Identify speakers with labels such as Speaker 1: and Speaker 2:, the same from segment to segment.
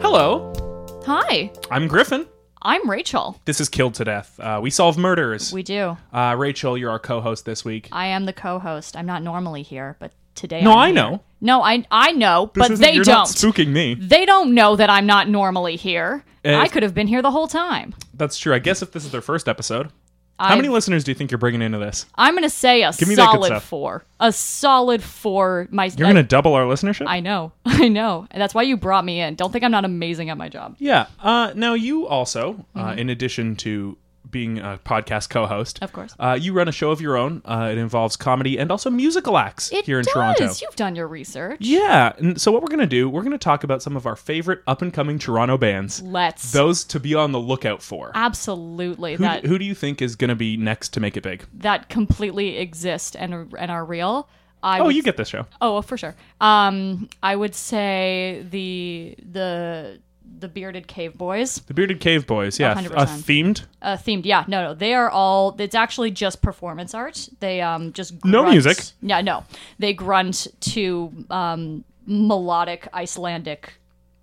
Speaker 1: Hello,
Speaker 2: Hi,
Speaker 1: I'm Griffin.
Speaker 2: I'm Rachel.
Speaker 1: This is Killed to Death. Uh, we solve murders.
Speaker 2: We do.
Speaker 1: Uh, Rachel, you're our co host this week.
Speaker 2: I am the co-host. I'm not normally here, but today.
Speaker 1: No,
Speaker 2: I'm
Speaker 1: I
Speaker 2: here.
Speaker 1: know.
Speaker 2: No, I I know,
Speaker 1: This
Speaker 2: but
Speaker 1: isn't-
Speaker 2: they
Speaker 1: you're
Speaker 2: don't.
Speaker 1: Not spooking me.
Speaker 2: they don't know that I'm not normally here.
Speaker 1: Eh.
Speaker 2: I could have been here the whole time.
Speaker 1: That's true. I guess if this is their first episode,
Speaker 2: I,
Speaker 1: how many listeners do you think you're bringing into this?
Speaker 2: I'm gonna say
Speaker 1: me
Speaker 2: a
Speaker 1: that good
Speaker 2: solid
Speaker 1: stuff.
Speaker 2: four. A solid four. My.
Speaker 1: You're going to double our listenership?
Speaker 2: Uh, I know. I know. And that's why you brought me in. Don't think I'm not amazing at my job.
Speaker 1: yeah. Uh, now, you also, uh, in addition to being a podcast co host,
Speaker 2: Mm-hmm. Of course.
Speaker 1: uh, you run a show of your own. Uh, it involves comedy and also musical acts
Speaker 2: It
Speaker 1: here in
Speaker 2: does.
Speaker 1: Toronto.
Speaker 2: You've done your research.
Speaker 1: Yeah. And so, what we're going to do, we're going to talk about some of our favorite up and coming Toronto bands,
Speaker 2: Let's.
Speaker 1: those to be on the lookout for.
Speaker 2: Absolutely.
Speaker 1: Who,
Speaker 2: that
Speaker 1: who do you think is going to be next to make it big?
Speaker 2: that completely exist and are- and are real. I
Speaker 1: Oh,
Speaker 2: would
Speaker 1: you get this show.
Speaker 2: Oh, well, for sure. Um, I would say the the the bearded cave boys
Speaker 1: The Bearded Cave Boys, yeah, th- uh,
Speaker 2: 100%.
Speaker 1: themed.
Speaker 2: uh, themed. Yeah, no, no, they are all. It's actually just performance art. They um just grunt,
Speaker 1: No music.
Speaker 2: Yeah, no, they grunt to um melodic Icelandic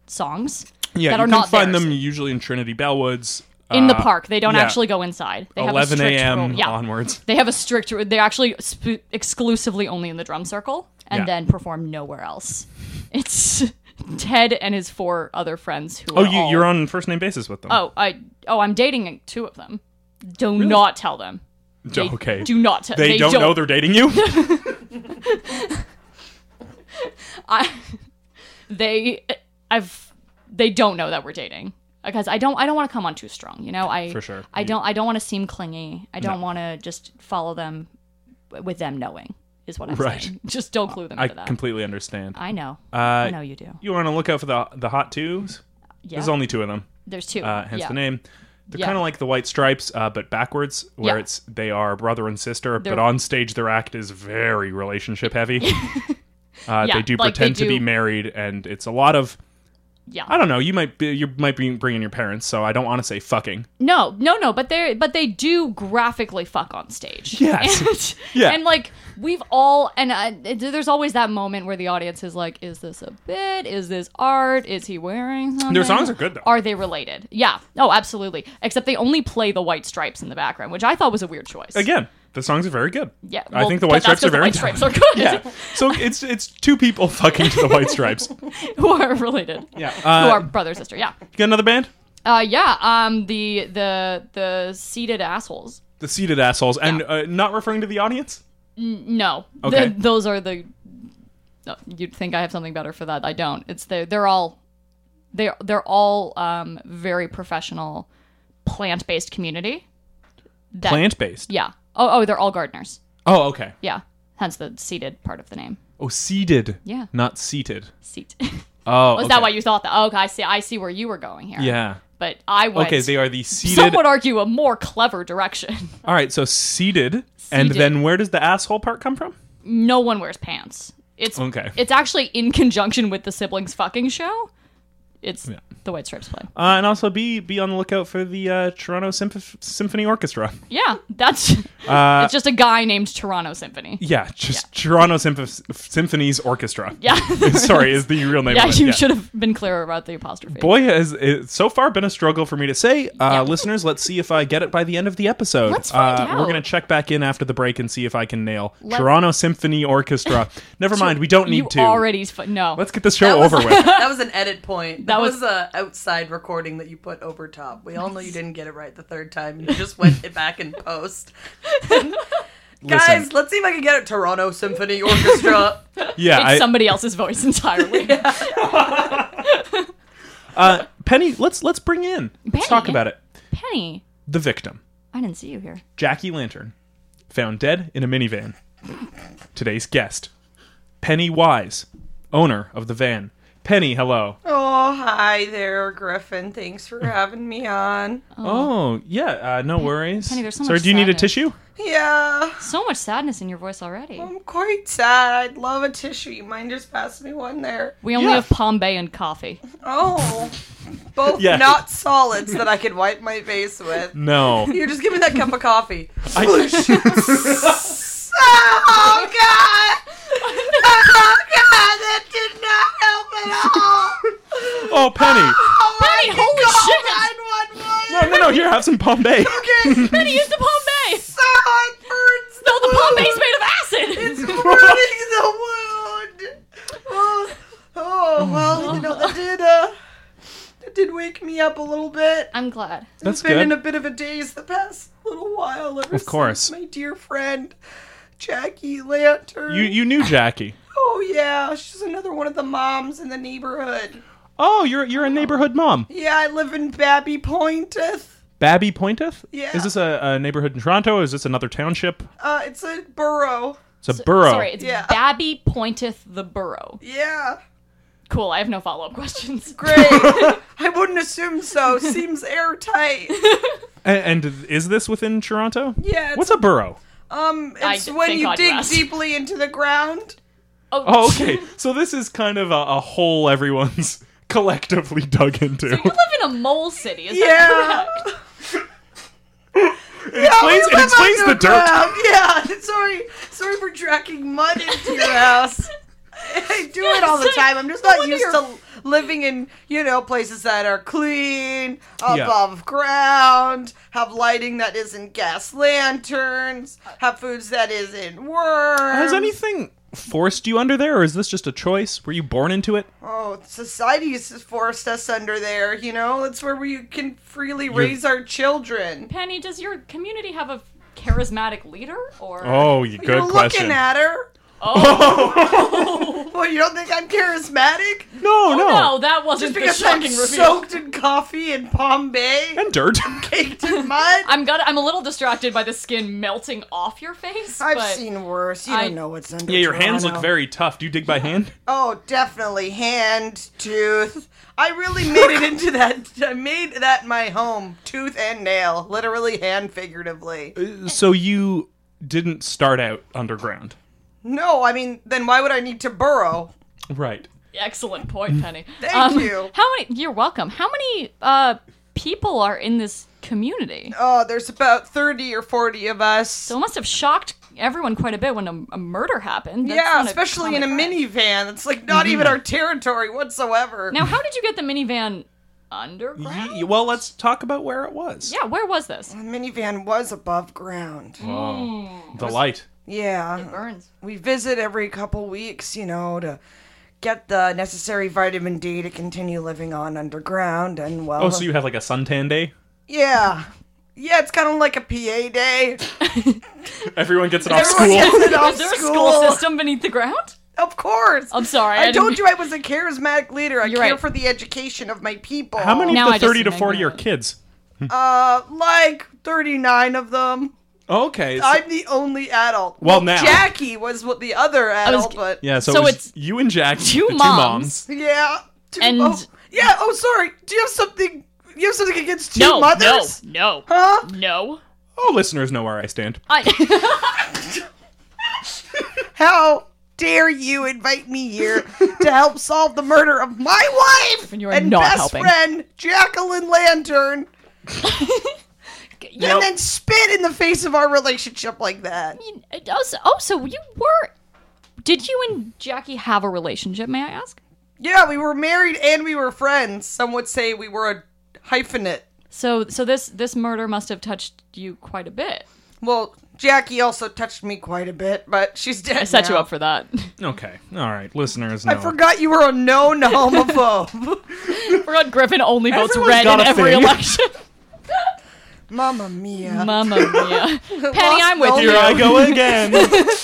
Speaker 2: songs
Speaker 1: Yeah,
Speaker 2: that
Speaker 1: you
Speaker 2: are
Speaker 1: can
Speaker 2: not
Speaker 1: find
Speaker 2: theirs.
Speaker 1: them usually in Trinity Bellwoods.
Speaker 2: in the
Speaker 1: uh,
Speaker 2: park. They don't
Speaker 1: yeah.
Speaker 2: actually go inside. They have a
Speaker 1: 11
Speaker 2: strict
Speaker 1: a.m.
Speaker 2: rule. Yeah.
Speaker 1: onwards.
Speaker 2: They have a strict. They actually sp- exclusively only in the drum circle, and
Speaker 1: Yeah.
Speaker 2: then perform nowhere else. It's Ted and his four other friends who.
Speaker 1: Oh,
Speaker 2: are
Speaker 1: you,
Speaker 2: all-
Speaker 1: you're on first name basis with them.
Speaker 2: Oh, I. Oh, I'm dating two of them. Do not tell them.
Speaker 1: D-
Speaker 2: They
Speaker 1: okay.
Speaker 2: Do not tell.
Speaker 1: they, don't, know they're dating you.
Speaker 2: I, they. I've. They don't know that we're dating because I don't. I don't want to come on too strong. You know. I
Speaker 1: For sure.
Speaker 2: I
Speaker 1: You-
Speaker 2: don't. I don't want to seem clingy. I don't want to just follow them w- with them knowing is what I'm
Speaker 1: Right.
Speaker 2: saying. Just don't clue them
Speaker 1: I
Speaker 2: into that.
Speaker 1: completely understand.
Speaker 2: I know.
Speaker 1: Uh,
Speaker 2: I know you do.
Speaker 1: you want to look out for the the hot twos?
Speaker 2: Yeah.
Speaker 1: There's only two of them.
Speaker 2: There's two.
Speaker 1: Uh, hence
Speaker 2: yeah.
Speaker 1: the name. They're
Speaker 2: Yeah.
Speaker 1: kind of like the White Stripes, uh, but backwards, where
Speaker 2: Yeah.
Speaker 1: it's they are brother and sister,
Speaker 2: They're-
Speaker 1: but on stage their act is very relationship heavy. Uh,
Speaker 2: Yeah,
Speaker 1: they do
Speaker 2: like they
Speaker 1: pretend to be
Speaker 2: do-
Speaker 1: married, and it's a lot of
Speaker 2: Yeah.
Speaker 1: I don't know. You might be you might be bringing your parents, so I don't want to say fucking.
Speaker 2: No, no, no. But they but they do graphically fuck on stage.
Speaker 1: Yes.
Speaker 2: And,
Speaker 1: Yeah.
Speaker 2: And like we've all and uh, there's always that moment where the audience is like, is this a bit? Is this art? Is he wearing something?
Speaker 1: songs are good, though.
Speaker 2: Are they related? Yeah. Oh, absolutely. Except they only play the white stripes in the background, which I thought was a weird choice.
Speaker 1: Again, the songs are very good.
Speaker 2: Yeah.
Speaker 1: I
Speaker 2: well,
Speaker 1: think the
Speaker 2: but
Speaker 1: White
Speaker 2: that's
Speaker 1: Stripes are
Speaker 2: 'cause the
Speaker 1: very
Speaker 2: white stripes are good.
Speaker 1: yeah. So it's it's two people fucking to the White Stripes.
Speaker 2: who are related.
Speaker 1: Yeah.
Speaker 2: Who
Speaker 1: Uh,
Speaker 2: are brother sister? Yeah.
Speaker 1: You got another band?
Speaker 2: Uh, yeah. Um, the the the seated assholes.
Speaker 1: The Seated Assholes, and uh, not referring to the audience.
Speaker 2: No,
Speaker 1: Okay.
Speaker 2: Th- those are the. no, you'd think I have something better for that. I don't. It's the they're all, they are they're all um very professional, plant based community. That,
Speaker 1: Plant based.
Speaker 2: Yeah. Oh oh, they're all gardeners.
Speaker 1: Oh, okay.
Speaker 2: Yeah. Hence the seated part of the name.
Speaker 1: Oh, seated.
Speaker 2: Yeah.
Speaker 1: Not seated.
Speaker 2: Seat.
Speaker 1: Oh,
Speaker 2: Was
Speaker 1: okay.
Speaker 2: that why you thought that? Oh, okay, I see. I see where you were going here.
Speaker 1: Yeah.
Speaker 2: But I was.
Speaker 1: Okay, they are the seated.
Speaker 2: Some would argue a more clever direction.
Speaker 1: All right, so seated, and
Speaker 2: Seated.
Speaker 1: then where does the asshole part come from?
Speaker 2: no one wears pants. It's
Speaker 1: Okay.
Speaker 2: It's actually in conjunction with the siblings fucking show. It's the White Stripes play.
Speaker 1: Uh, and also be be on the lookout for the uh, Toronto Symph- Symphony Orchestra.
Speaker 2: Yeah, that's
Speaker 1: Uh,
Speaker 2: it's just a guy named Toronto Symphony.
Speaker 1: Yeah, just Toronto Symph- Symphony's Orchestra.
Speaker 2: Yeah,
Speaker 1: Sorry, is the real name.
Speaker 2: yeah.
Speaker 1: of it.
Speaker 2: You should have been clearer about the apostrophe.
Speaker 1: Boy, has it's so far been a struggle for me to say. Uh,
Speaker 2: Yeah.
Speaker 1: Listeners, let's see if I get it by the end of the episode.
Speaker 2: Let's find
Speaker 1: uh, We're
Speaker 2: out.
Speaker 1: going to check back in after the break and see if I can nail
Speaker 2: Let-
Speaker 1: Toronto Symphony Orchestra. Never mind, we don't need
Speaker 2: you
Speaker 1: to.
Speaker 2: already fu- no.
Speaker 1: Let's get this show
Speaker 3: That was-
Speaker 1: over with.
Speaker 3: that was an edit point. That,
Speaker 2: That was-
Speaker 3: was, a outside recording that you put over top. We all know you didn't get it right the third time. You just went it back in post. Guys, let's see if I can get it. Toronto Symphony Orchestra.
Speaker 1: Yeah,
Speaker 2: it's
Speaker 1: I-
Speaker 2: somebody else's voice entirely.
Speaker 1: uh, Penny, let's let's bring in. Let's
Speaker 2: Penny?
Speaker 1: talk about it.
Speaker 2: Penny,
Speaker 1: The victim,
Speaker 2: I didn't see you here.
Speaker 1: Jackie Lantern, found dead in a minivan. Today's guest, Penny Wise, owner of the van. Penny, hello.
Speaker 3: Oh, hi there, Griffin. Thanks for having me on.
Speaker 1: Oh, yeah, uh, no worries.
Speaker 2: Penny, there's so
Speaker 1: Sorry,
Speaker 2: much
Speaker 1: do you need a
Speaker 2: sadness.
Speaker 1: tissue?
Speaker 3: Yeah,
Speaker 2: So much sadness in your voice already.
Speaker 1: Um,
Speaker 3: I'm quite sad. I'd love a tissue. You mind just passing me one there?
Speaker 2: We only
Speaker 1: yeah.
Speaker 2: have Palm Bay and coffee.
Speaker 3: Oh, both
Speaker 1: Yeah.
Speaker 3: not solids that I could wipe my face with.
Speaker 1: No.
Speaker 3: You just give me that cup of coffee.
Speaker 1: I,
Speaker 3: Oh God! Oh God! That did not help at all.
Speaker 1: oh, Penny.
Speaker 3: Oh my
Speaker 2: Penny, holy shit!
Speaker 1: No,
Speaker 3: God!
Speaker 1: no, no, here, have some Bombay.
Speaker 3: Nine one one. Okay.
Speaker 2: Penny, use the Palm Bay!
Speaker 3: So it burns.
Speaker 2: No, the Palm Bay's
Speaker 3: wound.
Speaker 2: made of acid!
Speaker 3: It's burning the wound. Oh, oh well, you know that did uh, that did wake me up a little bit.
Speaker 2: I'm glad.
Speaker 1: That's
Speaker 3: I've been in a
Speaker 1: good.
Speaker 3: bit of a daze the past little while. Ever
Speaker 1: Of course.
Speaker 3: since my dear friend Jackie Lantern.
Speaker 1: You, you knew Jackie.
Speaker 3: Oh yeah, she's another one of the moms in the neighborhood.
Speaker 1: Oh, you're you're a neighborhood mom.
Speaker 3: Yeah, I live in Babby Pointeth.
Speaker 1: Babby Pointeth?
Speaker 3: Yeah.
Speaker 1: Is this a, a neighborhood in Toronto? Is this another township?
Speaker 3: Uh, it's a borough.
Speaker 1: It's a borough.
Speaker 2: Sorry, it's
Speaker 3: Yeah.
Speaker 2: Babby pointeth the burrow.
Speaker 3: Yeah,
Speaker 2: Cool, I have no follow up questions.
Speaker 3: great. I wouldn't assume so. Seems airtight.
Speaker 1: A- and, is this within Toronto?
Speaker 3: Yeah, it's-
Speaker 1: What's a borough?
Speaker 3: Um,
Speaker 2: I
Speaker 3: it's
Speaker 2: d-
Speaker 3: when
Speaker 2: thank
Speaker 3: you
Speaker 2: God you
Speaker 3: dig
Speaker 2: asked.
Speaker 3: deeply into the ground.
Speaker 1: Oh, okay. so this is kind of a, a hole everyone's collectively dug into.
Speaker 2: You live in a mole city, is
Speaker 3: Yeah.
Speaker 2: that correct?
Speaker 1: it explains, it explains the dirt.
Speaker 3: Yeah, sorry, sorry for dragging mud into your house. I do it all the
Speaker 2: Yes, I-
Speaker 3: time. I'm just not
Speaker 2: wonder
Speaker 3: used
Speaker 2: you're-
Speaker 3: to living in you know places that are clean, above ground, have lighting that isn't gas lanterns, have foods that isn't worms.
Speaker 1: Has anything forced you under there, or is this just a choice? Were you born into it?
Speaker 3: Oh, society has forced us under there. You know, that's where we can freely raise our children.
Speaker 2: Penny, does your community have a charismatic leader? Or
Speaker 1: Oh, you good
Speaker 3: You're
Speaker 1: question.
Speaker 3: looking at her.
Speaker 1: Oh.
Speaker 3: Well, you don't think I'm charismatic?
Speaker 1: no,
Speaker 3: Oh,
Speaker 1: no,
Speaker 2: Oh, no, that wasn't
Speaker 3: Just
Speaker 2: the
Speaker 3: because I'm
Speaker 2: shocking reveal.
Speaker 3: soaked in coffee in Pompeii and
Speaker 1: And dirt.
Speaker 3: baked in mud.
Speaker 2: I'm gonna I'm a little distracted by the skin melting off your face.
Speaker 3: I've
Speaker 2: but
Speaker 3: seen worse. You
Speaker 2: I-
Speaker 3: don't know what's under.
Speaker 1: yeah, your hands look
Speaker 3: Toronto.
Speaker 1: very tough. Do you dig by hand?
Speaker 3: Oh, definitely hand, tooth. I really made it into that. I made that my home, tooth and nail, literally and figuratively.
Speaker 1: So you didn't start out underground.
Speaker 3: No, I mean, then why would I need to burrow?
Speaker 1: Right.
Speaker 2: excellent point, Penny.
Speaker 3: Mm.
Speaker 2: Um,
Speaker 3: Thank you.
Speaker 2: How many you're welcome. How many uh people are in this community?
Speaker 3: Oh, there's about thirty or forty of us.
Speaker 2: So it must have shocked everyone quite a bit when a, a murder happened. That's
Speaker 3: yeah,
Speaker 2: not
Speaker 3: especially in a
Speaker 2: common occurrence.
Speaker 3: minivan. It's like
Speaker 1: Mm-hmm.
Speaker 3: not even our territory whatsoever.
Speaker 2: Now, how did you get the minivan underground?
Speaker 1: Ye- well, let's talk about where it was.
Speaker 2: yeah, where was this?
Speaker 3: The minivan was above ground.
Speaker 1: The light.
Speaker 3: Yeah.
Speaker 2: Burns.
Speaker 3: we visit every couple weeks, you know, to get the necessary vitamin D to continue living on underground. And well,
Speaker 1: Oh, so you had like a suntan day?
Speaker 3: yeah, yeah, it's kind of like a PA day.
Speaker 1: Everyone gets it off
Speaker 3: Everyone
Speaker 1: school.
Speaker 3: gets it off
Speaker 2: Is there a
Speaker 3: school.
Speaker 2: school system beneath the ground?
Speaker 3: Of course.
Speaker 2: I'm sorry.
Speaker 3: I
Speaker 2: didn't
Speaker 3: told
Speaker 2: mean-
Speaker 3: you I was a charismatic leader. I
Speaker 2: You're
Speaker 3: care
Speaker 2: right.
Speaker 3: for the education of my people.
Speaker 1: How many
Speaker 2: Now
Speaker 1: of
Speaker 2: I
Speaker 1: the
Speaker 2: just
Speaker 1: 30 to
Speaker 2: remember
Speaker 1: 40 are
Speaker 2: that.
Speaker 1: kids?
Speaker 3: Uh, like 39 of them.
Speaker 1: Okay. so-
Speaker 3: I'm the only adult.
Speaker 1: Well, now.
Speaker 3: Jackie was what the other adult,
Speaker 2: g-
Speaker 3: but
Speaker 1: yeah, so,
Speaker 2: so
Speaker 1: it was
Speaker 2: it's
Speaker 1: you and Jack,
Speaker 2: two
Speaker 1: the two moms.
Speaker 2: moms.
Speaker 3: yeah. Two-
Speaker 2: And-
Speaker 3: oh, yeah. Oh, sorry. Do you have something? You have something against two
Speaker 2: no,
Speaker 3: mothers?
Speaker 2: no, no,
Speaker 3: Huh?
Speaker 2: no.
Speaker 1: Oh, listeners know where I stand.
Speaker 2: I,
Speaker 3: How dare you invite me here to help solve the murder of my wife
Speaker 2: And you are
Speaker 3: and
Speaker 2: not
Speaker 3: best
Speaker 2: helping.
Speaker 3: friend Jacqueline Lantern,
Speaker 2: you
Speaker 1: Nope.
Speaker 3: and then spit in the face of our relationship like that?
Speaker 2: know, oh, so, oh, so you were. Did you and Jackie have a relationship? May I ask?
Speaker 3: Yeah, we were married and we were friends. Some would say we were a hyphenate.
Speaker 2: So, so this this murder must have touched you quite a bit.
Speaker 3: Well, Jackie also touched me quite a bit, but she's dead.
Speaker 2: I set you up for that.
Speaker 1: Okay. All right. Listeners know.
Speaker 3: I forgot you were a known homophobe.
Speaker 2: Forgot Griffin only votes
Speaker 1: Everyone's
Speaker 2: red
Speaker 1: got
Speaker 2: in
Speaker 1: a
Speaker 2: every
Speaker 1: thing.
Speaker 2: election.
Speaker 3: Mamma mia.
Speaker 2: Mamma mia. Penny,
Speaker 3: Lost
Speaker 2: I'm with
Speaker 1: Here
Speaker 2: you.
Speaker 1: I go again.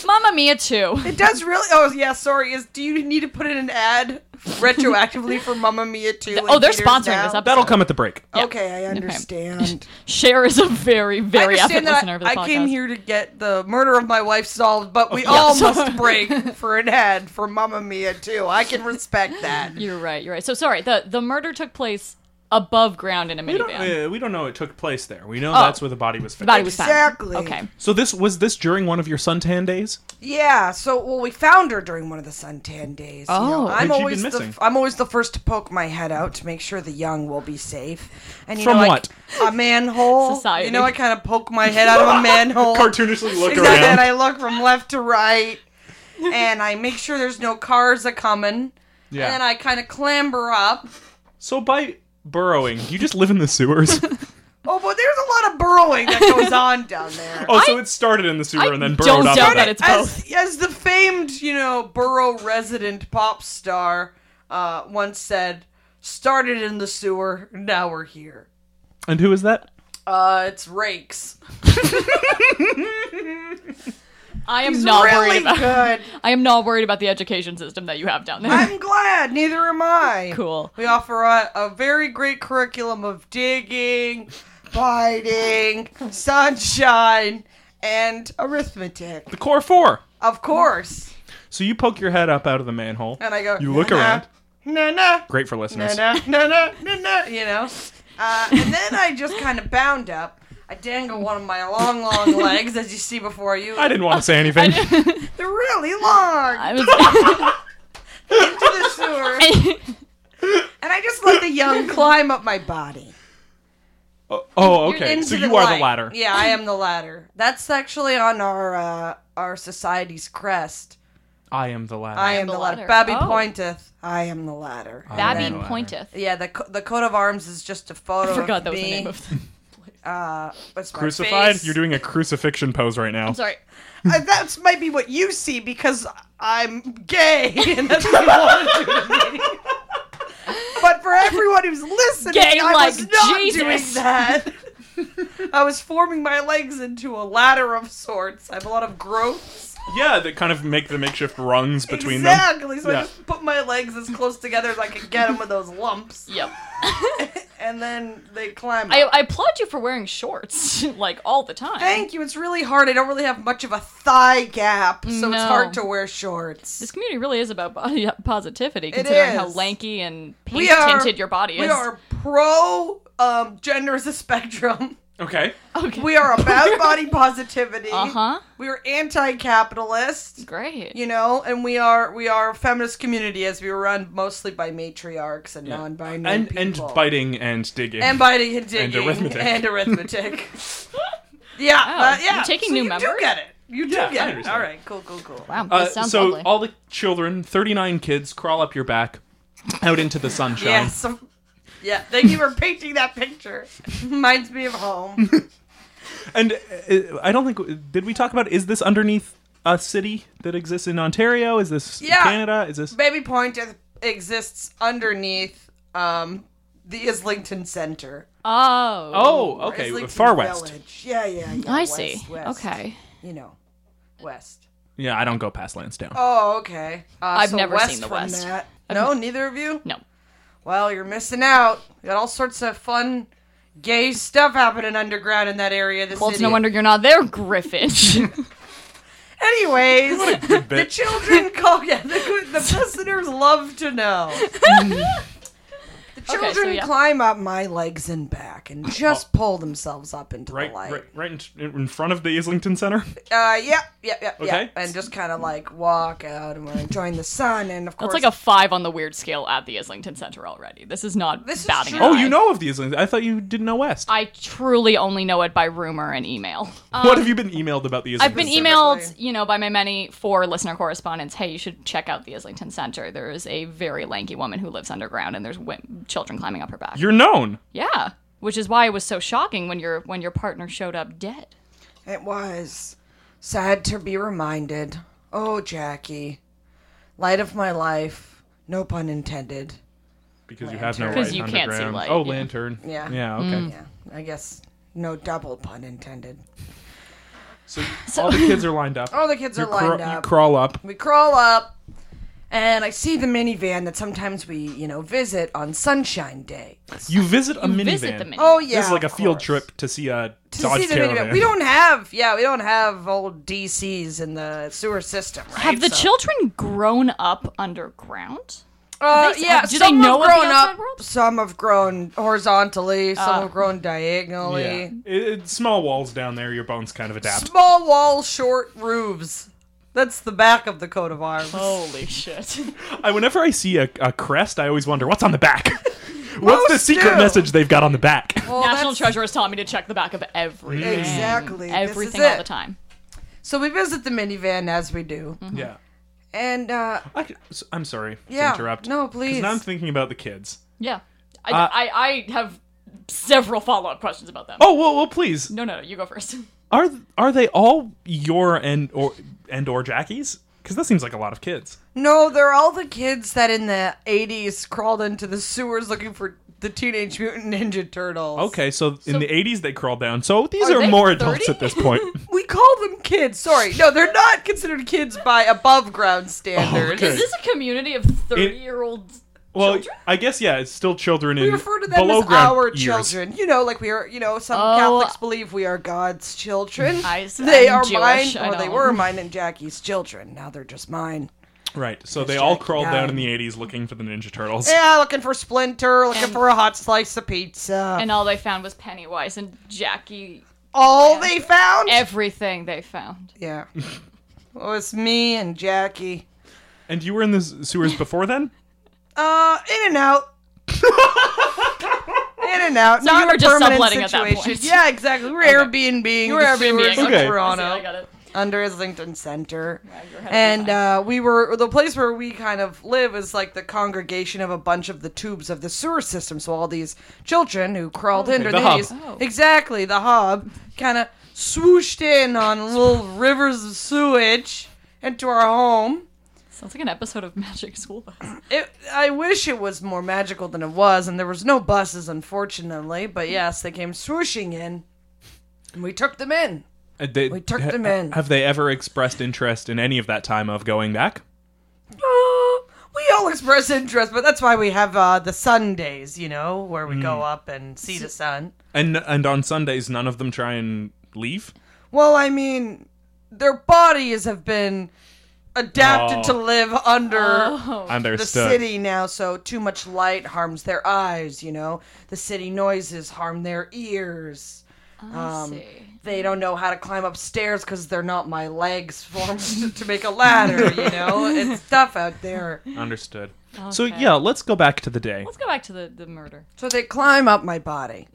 Speaker 2: Mamma mia too.
Speaker 3: It does really. Oh yeah, sorry. Is do you need to put in an ad retroactively for Mamma Mia too?
Speaker 2: Oh, they're sponsoring this episode.
Speaker 1: That'll come at the break.
Speaker 2: Yeah.
Speaker 3: Okay, I understand.
Speaker 2: Cher is a very,
Speaker 3: I
Speaker 2: very avid
Speaker 3: understand that
Speaker 2: listener of this
Speaker 3: I
Speaker 2: podcast.
Speaker 3: came here to get the murder of my wife solved, but we all
Speaker 2: yeah.
Speaker 3: must break for an ad for Mamma Mia too. I can respect that.
Speaker 2: You're right. You're right. So sorry. The the murder took place above ground in a
Speaker 1: We don't,
Speaker 2: minivan.
Speaker 1: uh, we don't know it took place there. We know that's where the body was found.
Speaker 2: Oh. Body was found.
Speaker 3: Exactly.
Speaker 2: Okay.
Speaker 1: so this was this during one of your suntan days?
Speaker 3: Yeah. So, well, we found her during one of the suntan days. you know.
Speaker 2: Oh.
Speaker 1: Where'd
Speaker 3: I'm
Speaker 1: you been
Speaker 3: always the
Speaker 1: missing?
Speaker 3: I'm always the first to poke my head out to make sure the young will be safe. And you
Speaker 1: From
Speaker 3: know,
Speaker 1: what?
Speaker 3: Like, a manhole.
Speaker 2: Society.
Speaker 3: You know, I kind of poke my head out of a
Speaker 2: Oh.
Speaker 3: manhole.
Speaker 1: Cartoonishly look
Speaker 3: Exactly. And
Speaker 1: around.
Speaker 3: I look from left to right, and I make sure there's no cars a coming.
Speaker 1: Yeah.
Speaker 3: And then I kind of clamber up.
Speaker 1: So by burrowing, you just live in the sewers.
Speaker 3: Oh, but there's a lot of burrowing that goes on down there.
Speaker 1: Oh, so it started in the sewer
Speaker 2: I
Speaker 1: and then
Speaker 2: don't
Speaker 1: burrowed up.
Speaker 2: doubt
Speaker 1: of
Speaker 2: that
Speaker 1: it.
Speaker 2: it's both.
Speaker 3: as, as the famed, you know, borough resident pop star uh, once said, started in the sewer, now we're here.
Speaker 1: And who is that?
Speaker 3: Uh, it's rakes.
Speaker 2: I am not
Speaker 3: really
Speaker 2: worried about.
Speaker 3: good.
Speaker 2: I am not worried about the education system that you have down there.
Speaker 3: I'm glad. Neither am I.
Speaker 2: cool.
Speaker 3: We offer a, a very great curriculum of digging, biting, sunshine, and arithmetic.
Speaker 1: The core four.
Speaker 3: Of course.
Speaker 1: So you poke your head up out of the manhole.
Speaker 3: And I go.
Speaker 1: You look
Speaker 3: "Nah, nah,
Speaker 1: around.
Speaker 3: Nah, nah.
Speaker 1: Great for listeners.
Speaker 3: na na na na na you know uh, and then i just kind of bound up i dangle one of my long long legs as you see before you
Speaker 1: I didn't want to say anything.
Speaker 3: they're really long
Speaker 2: I was,
Speaker 3: into the sewer and i just let the young climb up my body
Speaker 1: Oh, oh,
Speaker 3: You're
Speaker 1: okay.
Speaker 3: into
Speaker 1: So you are
Speaker 3: light.
Speaker 1: the ladder.
Speaker 3: yeah i am the ladder that's actually on our uh, our society's crest
Speaker 1: I am the ladder.
Speaker 3: i am
Speaker 2: the
Speaker 3: the ladder,
Speaker 2: ladder.
Speaker 3: babby
Speaker 2: Oh.
Speaker 3: pointeth i am the ladder
Speaker 1: I
Speaker 2: Babby
Speaker 1: am the ladder.
Speaker 2: pointeth.
Speaker 3: yeah the, co- the coat of arms is just a photo
Speaker 2: I forgot
Speaker 3: of
Speaker 2: that was
Speaker 3: me.
Speaker 2: the name of. The,
Speaker 3: uh, it's my
Speaker 1: Crucified?
Speaker 3: face.
Speaker 1: You're doing a crucifixion pose right now.
Speaker 2: I'm sorry.
Speaker 3: Uh, that might be what you see because I'm gay, and that's what you want to do to me. But for everyone who's listening,
Speaker 2: Gay
Speaker 3: I was
Speaker 2: like
Speaker 3: not
Speaker 2: Jesus.
Speaker 3: doing that. I was forming my legs into a ladder of sorts. I have a lot of growths.
Speaker 1: Yeah, that kind of make the makeshift rungs between them.
Speaker 3: exactly. So
Speaker 1: Yeah.
Speaker 3: I just put my legs as close together as I could get them with those lumps,
Speaker 2: Yep.
Speaker 3: and then they climb.
Speaker 2: I,
Speaker 3: up.
Speaker 2: I applaud you for wearing shorts like all the time.
Speaker 3: Thank you. It's really hard. I don't really have much of a thigh gap, so it's
Speaker 2: No.
Speaker 3: hard to wear shorts.
Speaker 2: This community really is about body positivity, considering how
Speaker 3: is.
Speaker 2: lanky and
Speaker 3: We
Speaker 2: pink
Speaker 3: are-
Speaker 2: tinted your body is.
Speaker 3: We are pro um, gender is a spectrum.
Speaker 1: Okay.
Speaker 2: okay.
Speaker 3: We are about body positivity.
Speaker 2: Uh huh.
Speaker 3: We are anti-capitalist.
Speaker 2: Great.
Speaker 3: You know, and we are we are a feminist community as we were run mostly by matriarchs and non-binary
Speaker 1: And and
Speaker 3: people.
Speaker 1: biting and digging.
Speaker 3: and biting and digging
Speaker 1: arithmetic.
Speaker 3: and arithmetic. yeah,
Speaker 2: Wow,
Speaker 3: uh, yeah.
Speaker 2: Oh, you're taking
Speaker 3: So
Speaker 2: new
Speaker 3: you
Speaker 2: members?
Speaker 3: do get it. You do
Speaker 1: Yeah, I
Speaker 3: get it.
Speaker 1: understand.
Speaker 3: All right, cool, cool, cool.
Speaker 2: Wow,
Speaker 1: Uh,
Speaker 2: this sounds
Speaker 1: so
Speaker 2: lovely.
Speaker 1: all the children, 39 kids, crawl up your back, out into the sunshine.
Speaker 3: Yes. Yeah, thank you for painting that picture. Reminds me of home.
Speaker 1: And uh, I don't think did we talk about is this underneath a city that exists in Ontario? Is this
Speaker 3: Yeah.
Speaker 1: Canada? Is this
Speaker 3: Baby Point is- exists underneath um, the Islington Center.
Speaker 2: oh.
Speaker 1: Oh, okay,
Speaker 3: Islington
Speaker 1: far west.
Speaker 3: Village. Yeah, yeah, yeah.
Speaker 2: I
Speaker 3: west,
Speaker 2: see.
Speaker 3: west.
Speaker 2: Okay.
Speaker 3: You know, west.
Speaker 1: Yeah, I don't go past Lansdowne.
Speaker 3: Oh, okay. Uh,
Speaker 2: I've
Speaker 3: so
Speaker 2: never
Speaker 3: west
Speaker 2: seen the
Speaker 3: from
Speaker 2: west.
Speaker 3: That. No, neither of you?
Speaker 2: No.
Speaker 3: Well, you're missing out. We got all sorts of fun, gay stuff happening underground in that area. This
Speaker 2: Well, it's no wonder you're not there, Griffin.
Speaker 3: Anyways,
Speaker 1: Good
Speaker 3: the
Speaker 1: bit.
Speaker 3: children call. Yeah, the, the listeners love to know. the
Speaker 2: so
Speaker 3: children
Speaker 2: yeah. Oh.
Speaker 3: climb up my legs and back and just pull themselves up into
Speaker 1: Right,
Speaker 3: the light.
Speaker 1: right, right in, in front of the Islington Center.
Speaker 3: Uh, yep, yep, yep,
Speaker 1: Okay.
Speaker 3: yep. And just kind of like walk out and we're enjoying the sun. And of course,
Speaker 2: That's like a five on the weird scale at the Islington Center already. This is not
Speaker 3: This is
Speaker 2: batting.
Speaker 3: true.
Speaker 2: an
Speaker 1: Oh,
Speaker 2: eye.
Speaker 1: you know of the Islington? I thought you didn't know West.
Speaker 2: I truly only know it by rumor and email. Um,
Speaker 1: what have you been emailed about the
Speaker 2: I've
Speaker 1: Islington
Speaker 2: been
Speaker 1: Center?
Speaker 2: emailed, you know, by my many four listener correspondents. Hey, you should check out the Islington Center. There is a very lanky woman who lives underground, and there's w- children climbing up her back.
Speaker 1: You're known.
Speaker 2: yeah, which is why it was so shocking when your when your partner showed up dead.
Speaker 3: it was sad to be reminded. Oh, Jackie, light of my life. No pun intended.
Speaker 1: Because you have no right
Speaker 3: Because
Speaker 2: you can't see
Speaker 1: underground.
Speaker 2: light,
Speaker 1: Oh,
Speaker 2: yeah. Mm.
Speaker 1: lantern.
Speaker 3: Yeah.
Speaker 1: Yeah. Okay.
Speaker 3: Yeah, I guess No double pun intended.
Speaker 1: So, all the kids are lined up.
Speaker 3: All the kids
Speaker 1: You
Speaker 3: are lined
Speaker 1: crawl- You
Speaker 3: up.
Speaker 1: crawl up.
Speaker 3: We crawl up, and I see the minivan that sometimes we, you know, visit on Sunshine Day.
Speaker 1: You visit a minivan.
Speaker 2: Visit the minivan.
Speaker 3: Oh yeah,
Speaker 1: this is like a
Speaker 3: of
Speaker 1: field
Speaker 3: course.
Speaker 1: trip to see a
Speaker 3: To
Speaker 1: Dodge
Speaker 3: see the
Speaker 1: Caravan.
Speaker 3: minivan. We don't have, yeah, we don't have old DCs in the sewer system, right?
Speaker 2: Have the
Speaker 3: So-
Speaker 2: children grown up underground?
Speaker 3: Uh,
Speaker 2: Have they-
Speaker 3: yeah,
Speaker 2: do they
Speaker 3: some
Speaker 2: know of
Speaker 3: have
Speaker 2: the
Speaker 3: grown
Speaker 2: outside
Speaker 3: up.
Speaker 2: world?
Speaker 3: Some have grown horizontally. Some
Speaker 2: Ah.
Speaker 3: have grown diagonally.
Speaker 1: Yeah. It- it's small walls down there. Your bones kind of adapt.
Speaker 3: Small walls, short roofs. That's the back of the coat of arms.
Speaker 2: Holy shit.
Speaker 1: I, whenever I see a, a crest, I always wonder what's on the back. what's the
Speaker 3: Most
Speaker 1: secret
Speaker 3: do.
Speaker 1: message they've got on the back?
Speaker 3: Well,
Speaker 2: National
Speaker 3: that's-
Speaker 2: Treasure has taught me to check the back of everything.
Speaker 3: Exactly. This is
Speaker 2: Everything
Speaker 3: it.
Speaker 2: all the time. Mm-hmm.
Speaker 3: So we visit the minivan as we do,
Speaker 1: yeah.
Speaker 3: and uh,
Speaker 1: I, am sorry
Speaker 3: Yeah,
Speaker 1: to interrupt.
Speaker 3: no,
Speaker 1: 'Cause
Speaker 3: please.
Speaker 1: Now I'm thinking about the kids.
Speaker 2: Yeah. I,
Speaker 1: Uh,
Speaker 2: I, I have several follow up questions about them.
Speaker 1: Oh well, well, please.
Speaker 2: No, no, no. You go first.
Speaker 1: Are are they all your and or and or Jackie's? Because that seems like a lot of kids.
Speaker 3: No, they're all the kids that in the 80s crawled into the sewers looking for the Teenage Mutant Ninja Turtles.
Speaker 1: Okay, so, in
Speaker 2: So-
Speaker 1: the 80s they crawled down. So these
Speaker 2: Are
Speaker 1: are,
Speaker 2: they
Speaker 1: more adults
Speaker 2: 30?
Speaker 1: at this point.
Speaker 3: We call them kids. Sorry. No, they're not considered kids by above ground standards.
Speaker 1: Okay.
Speaker 2: Is this a community of 30 year olds?
Speaker 1: well,
Speaker 2: Children?
Speaker 1: I guess yeah, it's still children in
Speaker 3: We refer to them
Speaker 1: below
Speaker 3: as
Speaker 1: ground
Speaker 3: our
Speaker 1: years.
Speaker 3: children. You know, like we are, you know, some
Speaker 2: Oh.
Speaker 3: Catholics believe we are God's children.
Speaker 2: I-
Speaker 3: they
Speaker 2: I'm
Speaker 3: are
Speaker 2: Jewish, I
Speaker 3: mine, or they
Speaker 2: know.
Speaker 3: were mine and Jackie's children. Now they're just mine.
Speaker 1: Right. So they all
Speaker 3: Jackie
Speaker 1: crawled down
Speaker 3: died.
Speaker 1: in the 80s looking for the Ninja Turtles.
Speaker 3: Yeah, looking for Splinter, looking
Speaker 2: And-
Speaker 3: for a hot slice of pizza.
Speaker 2: And all they found was Pennywise and Jackie.
Speaker 3: all they found?
Speaker 2: Everything they found.
Speaker 3: yeah. Well, it's me and Jackie.
Speaker 1: And you were in the s- sewers before then?
Speaker 3: Uh, in and out. in and out.
Speaker 2: So
Speaker 3: Not
Speaker 2: you were
Speaker 3: a
Speaker 2: just
Speaker 3: permanent
Speaker 2: subletting at that
Speaker 3: situation.
Speaker 2: point.
Speaker 3: Yeah, exactly. We're Airbnb.
Speaker 2: You were Airbnb.
Speaker 1: Okay. Okay.
Speaker 2: I
Speaker 3: Toronto
Speaker 2: got it.
Speaker 3: under Islington Center.
Speaker 2: you're ahead of
Speaker 3: And
Speaker 2: your
Speaker 3: uh, we were the place where we kind of live is like the congregation of a bunch of the tubes of the sewer system. So all these children who crawled into
Speaker 1: The hub.
Speaker 3: these
Speaker 2: Oh.
Speaker 3: exactly the hub kind of swooshed in on little rivers of sewage into our home.
Speaker 2: Sounds like an episode of Magic School Bus.
Speaker 3: It, I wish it was more magical than it was, and there was no buses, unfortunately. But yes, they came swooshing in, and we took them in.
Speaker 1: Uh, they-
Speaker 3: We took them in.
Speaker 1: Have they ever expressed interest in any of that time of going back?
Speaker 3: Uh, we all express interest, but that's why we have uh, the Sundays, you know, where we go up and see the sun.
Speaker 1: And and on Sundays none of them try and leave?
Speaker 3: Well, I mean, their bodies have been adapted
Speaker 1: Oh.
Speaker 3: to live under.
Speaker 2: Oh,
Speaker 3: the
Speaker 1: Understood.
Speaker 3: city now, so too much light harms their eyes, you know. The city noises harm their ears.
Speaker 2: I see.
Speaker 3: They don't know how to climb upstairs because they're not my legs formed to- to make a ladder, you know? It's tough out there.
Speaker 1: Understood. So
Speaker 2: Okay.
Speaker 1: yeah, let's go back to the day.
Speaker 2: Let's go back to the, the murder.
Speaker 3: So they climb up my body.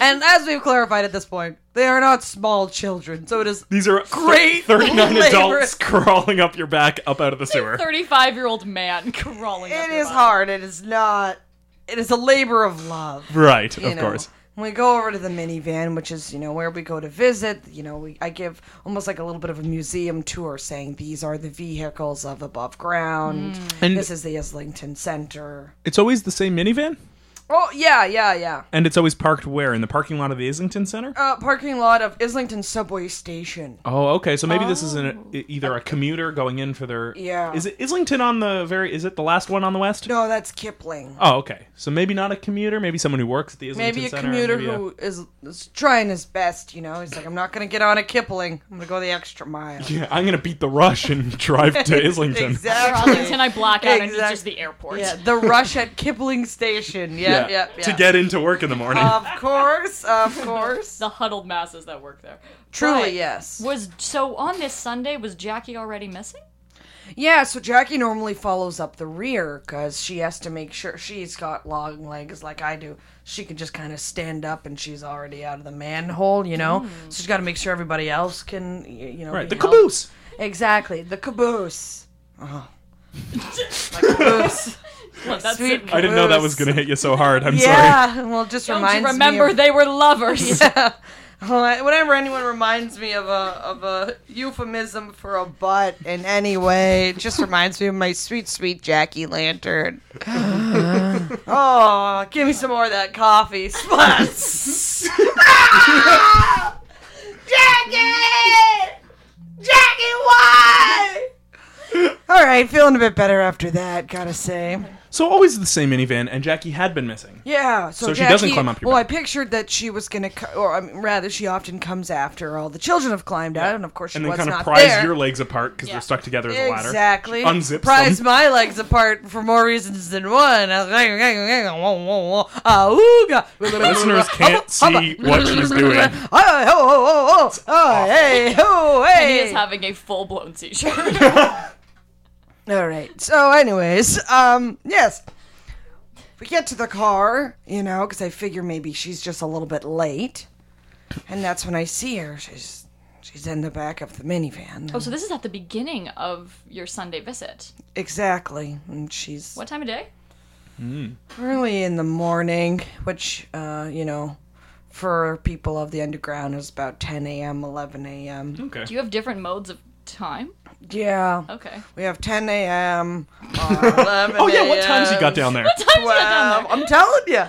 Speaker 3: And as we've clarified at this point, they are not small children, so it is
Speaker 1: These are
Speaker 3: Great
Speaker 1: 39
Speaker 3: labor.
Speaker 1: adults crawling up your back up out of the sewer.
Speaker 2: 35 year old man crawling. up
Speaker 3: it
Speaker 2: your
Speaker 3: is
Speaker 2: body.
Speaker 3: hard, it is not it is a labor of love.
Speaker 1: Right,
Speaker 3: you
Speaker 1: of
Speaker 3: know.
Speaker 1: course.
Speaker 3: And we go over to the minivan, which is you know where we go to visit. You know, we I give almost like a little bit of a museum tour, saying these are the vehicles of above ground.
Speaker 1: And-
Speaker 3: this is the Islington Center.
Speaker 1: It's always the same minivan?
Speaker 3: Oh yeah, yeah, yeah.
Speaker 1: And it's always parked where? In the parking lot of the Islington Center?
Speaker 3: Uh, parking lot of Islington subway station.
Speaker 1: Oh, okay. So maybe this is an, e- either a commuter going in for their.
Speaker 3: Oh. Yeah.
Speaker 1: Is it Islington on the very? Is it the last one on the west?
Speaker 3: No, that's Kipling.
Speaker 1: Oh, okay. So maybe not a commuter. Maybe someone who works at the Islington
Speaker 3: Maybe a
Speaker 1: Center.
Speaker 3: commuter
Speaker 1: maybe a-
Speaker 3: who is, is trying his best, you know. He's like, I'm not going to get on a Kipling. I'm going to go the extra mile.
Speaker 1: Yeah, I'm gonna beat the rush and drive to Islington.
Speaker 2: Or
Speaker 3: Exactly.
Speaker 2: Arlington, I black out and it's
Speaker 3: Exact-
Speaker 2: just the airport.
Speaker 3: Yeah, the rush at Kipling Station. Yeah, yeah, yeah.
Speaker 1: To
Speaker 3: Um,
Speaker 1: get into work in the morning.
Speaker 3: Of course, of course.
Speaker 2: The huddled masses that work there.
Speaker 3: Truly,
Speaker 2: But
Speaker 3: yes.
Speaker 2: Was so on this Sunday was Jackie already missing?
Speaker 3: Yeah, so Jackie normally follows up the rear because she has to make sure she's got long legs like I do. She can just kind of stand up and she's already out of the manhole, you
Speaker 2: Hmm.
Speaker 3: know? So she's got to make sure everybody else can, y- you know.
Speaker 1: right. The
Speaker 3: be helped.
Speaker 1: caboose.
Speaker 3: Exactly, the caboose. Oh. My caboose.
Speaker 2: Well, that's
Speaker 3: Sweet.
Speaker 2: it.
Speaker 1: I didn't know that was gonna hit you so hard. I'm sorry.
Speaker 3: yeah, well, it just
Speaker 2: Don't
Speaker 3: reminds
Speaker 2: you remember
Speaker 3: me. Of-
Speaker 2: they were lovers?
Speaker 3: Whenever anyone reminds me of a of a euphemism for a butt in any way, it just reminds me of my sweet, sweet Jackie Lantern. Oh, give me some more of that coffee. Splats. Jackie! Jackie, why? All right, feeling a bit better after that, gotta say.
Speaker 1: So always the same minivan, and Jackie had been missing.
Speaker 3: Yeah, so,
Speaker 1: So she
Speaker 3: Jackie,
Speaker 1: doesn't climb up your
Speaker 3: Well,
Speaker 1: back.
Speaker 3: I pictured that she was gonna, co- or I mean, rather, she often comes after all the children have climbed out, and of course she
Speaker 1: And then
Speaker 3: was
Speaker 1: kind of
Speaker 3: not
Speaker 1: pries
Speaker 3: there.
Speaker 1: your legs apart because
Speaker 2: Yeah.
Speaker 1: they're stuck together as a ladder.
Speaker 3: Exactly.
Speaker 1: Unzips
Speaker 3: Pries
Speaker 1: them.
Speaker 3: my legs apart for more reasons than one. Listeners
Speaker 1: Listeners can't see what she's doing.
Speaker 3: Oh, oh, oh, oh, oh, oh, hey, oh, hey.
Speaker 2: He is having a full blown seizure.
Speaker 3: All right. So, anyways, um, yes, we get to the car, you know, because I figure maybe she's just a little bit late, and that's when I see her. She's she's in the back of the minivan.
Speaker 2: oh, so this is at the beginning of your Sunday visit.
Speaker 3: Exactly, and she's
Speaker 2: What time of day?
Speaker 3: early in the morning, which uh, you know, for people of the underground is about 10 a.m., 11 a.m.
Speaker 1: Okay.
Speaker 2: Do you have different modes of time?
Speaker 3: Yeah,
Speaker 2: Okay.
Speaker 3: we have 10 a.m. uh, 11
Speaker 1: Oh yeah, what times you
Speaker 3: um,
Speaker 1: got down there?
Speaker 3: Twelve. I'm telling you.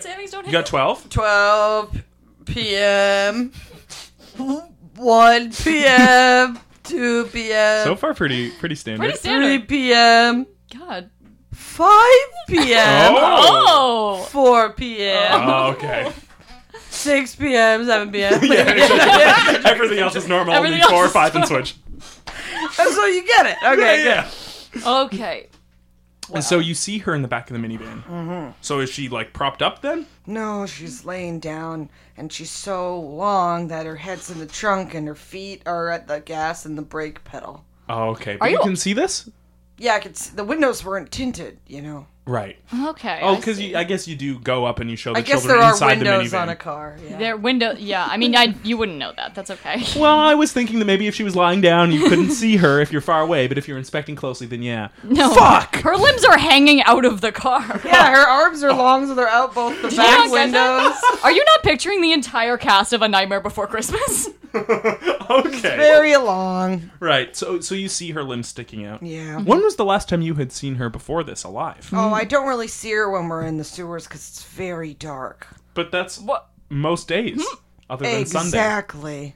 Speaker 1: Okay.
Speaker 2: savings don't
Speaker 1: You
Speaker 2: hit.
Speaker 1: got twelve.
Speaker 3: 12 p.m. 1 p.m. 2 p.m.
Speaker 1: So far, pretty pretty standard.
Speaker 2: Pretty standard.
Speaker 3: 3 p.m.
Speaker 2: God.
Speaker 3: 5 p.m.
Speaker 1: Oh.
Speaker 2: Oh.
Speaker 3: 4 p.m.
Speaker 1: Oh, okay.
Speaker 3: 6 p.m. 7 p.m.
Speaker 1: Everything else is normal. Only
Speaker 2: Everything else
Speaker 1: four,
Speaker 2: is
Speaker 1: five, and switch.
Speaker 3: so you get it. Okay. good.
Speaker 1: yeah.
Speaker 2: Okay.
Speaker 1: And so you see her in the back of the minivan. Mm-hmm. So is she like propped up then?
Speaker 3: No, she's laying down and she's so long that her head's in the trunk and her feet are at the gas and the brake pedal.
Speaker 1: Oh, okay. But
Speaker 2: Are
Speaker 1: you
Speaker 2: you-
Speaker 1: can see this,
Speaker 3: Yeah, I could see, the windows weren't tinted, you know.
Speaker 1: right?
Speaker 2: Okay.
Speaker 1: Oh,
Speaker 2: I
Speaker 1: because
Speaker 2: see.
Speaker 1: I guess you do go up and you show the
Speaker 3: I guess
Speaker 1: children
Speaker 3: there are
Speaker 1: inside
Speaker 3: windows
Speaker 1: the minivan.
Speaker 3: on a car. Yeah.
Speaker 2: Their window. Yeah, I mean, I you wouldn't know that. That's okay.
Speaker 1: Well, Oh, I was thinking that maybe if she was lying down, you couldn't see her if you're far away. But if you're inspecting closely, then yeah.
Speaker 2: No.
Speaker 1: Fuck.
Speaker 2: Her limbs are hanging out of the car.
Speaker 3: Yeah, her arms are long, so they're out both the
Speaker 2: You
Speaker 3: back
Speaker 2: don't get that?
Speaker 3: windows.
Speaker 2: Are you not picturing the entire cast of A Nightmare Before Christmas?
Speaker 1: okay.
Speaker 3: Very long.
Speaker 1: Right. So, so you see her limbs sticking out.
Speaker 3: Yeah.
Speaker 1: When was the last time you had seen her before this alive?
Speaker 3: Oh, I don't really see her when we're in the sewers because it's very dark.
Speaker 1: But that's
Speaker 2: What?
Speaker 1: most days, other than Sunday.
Speaker 3: Exactly.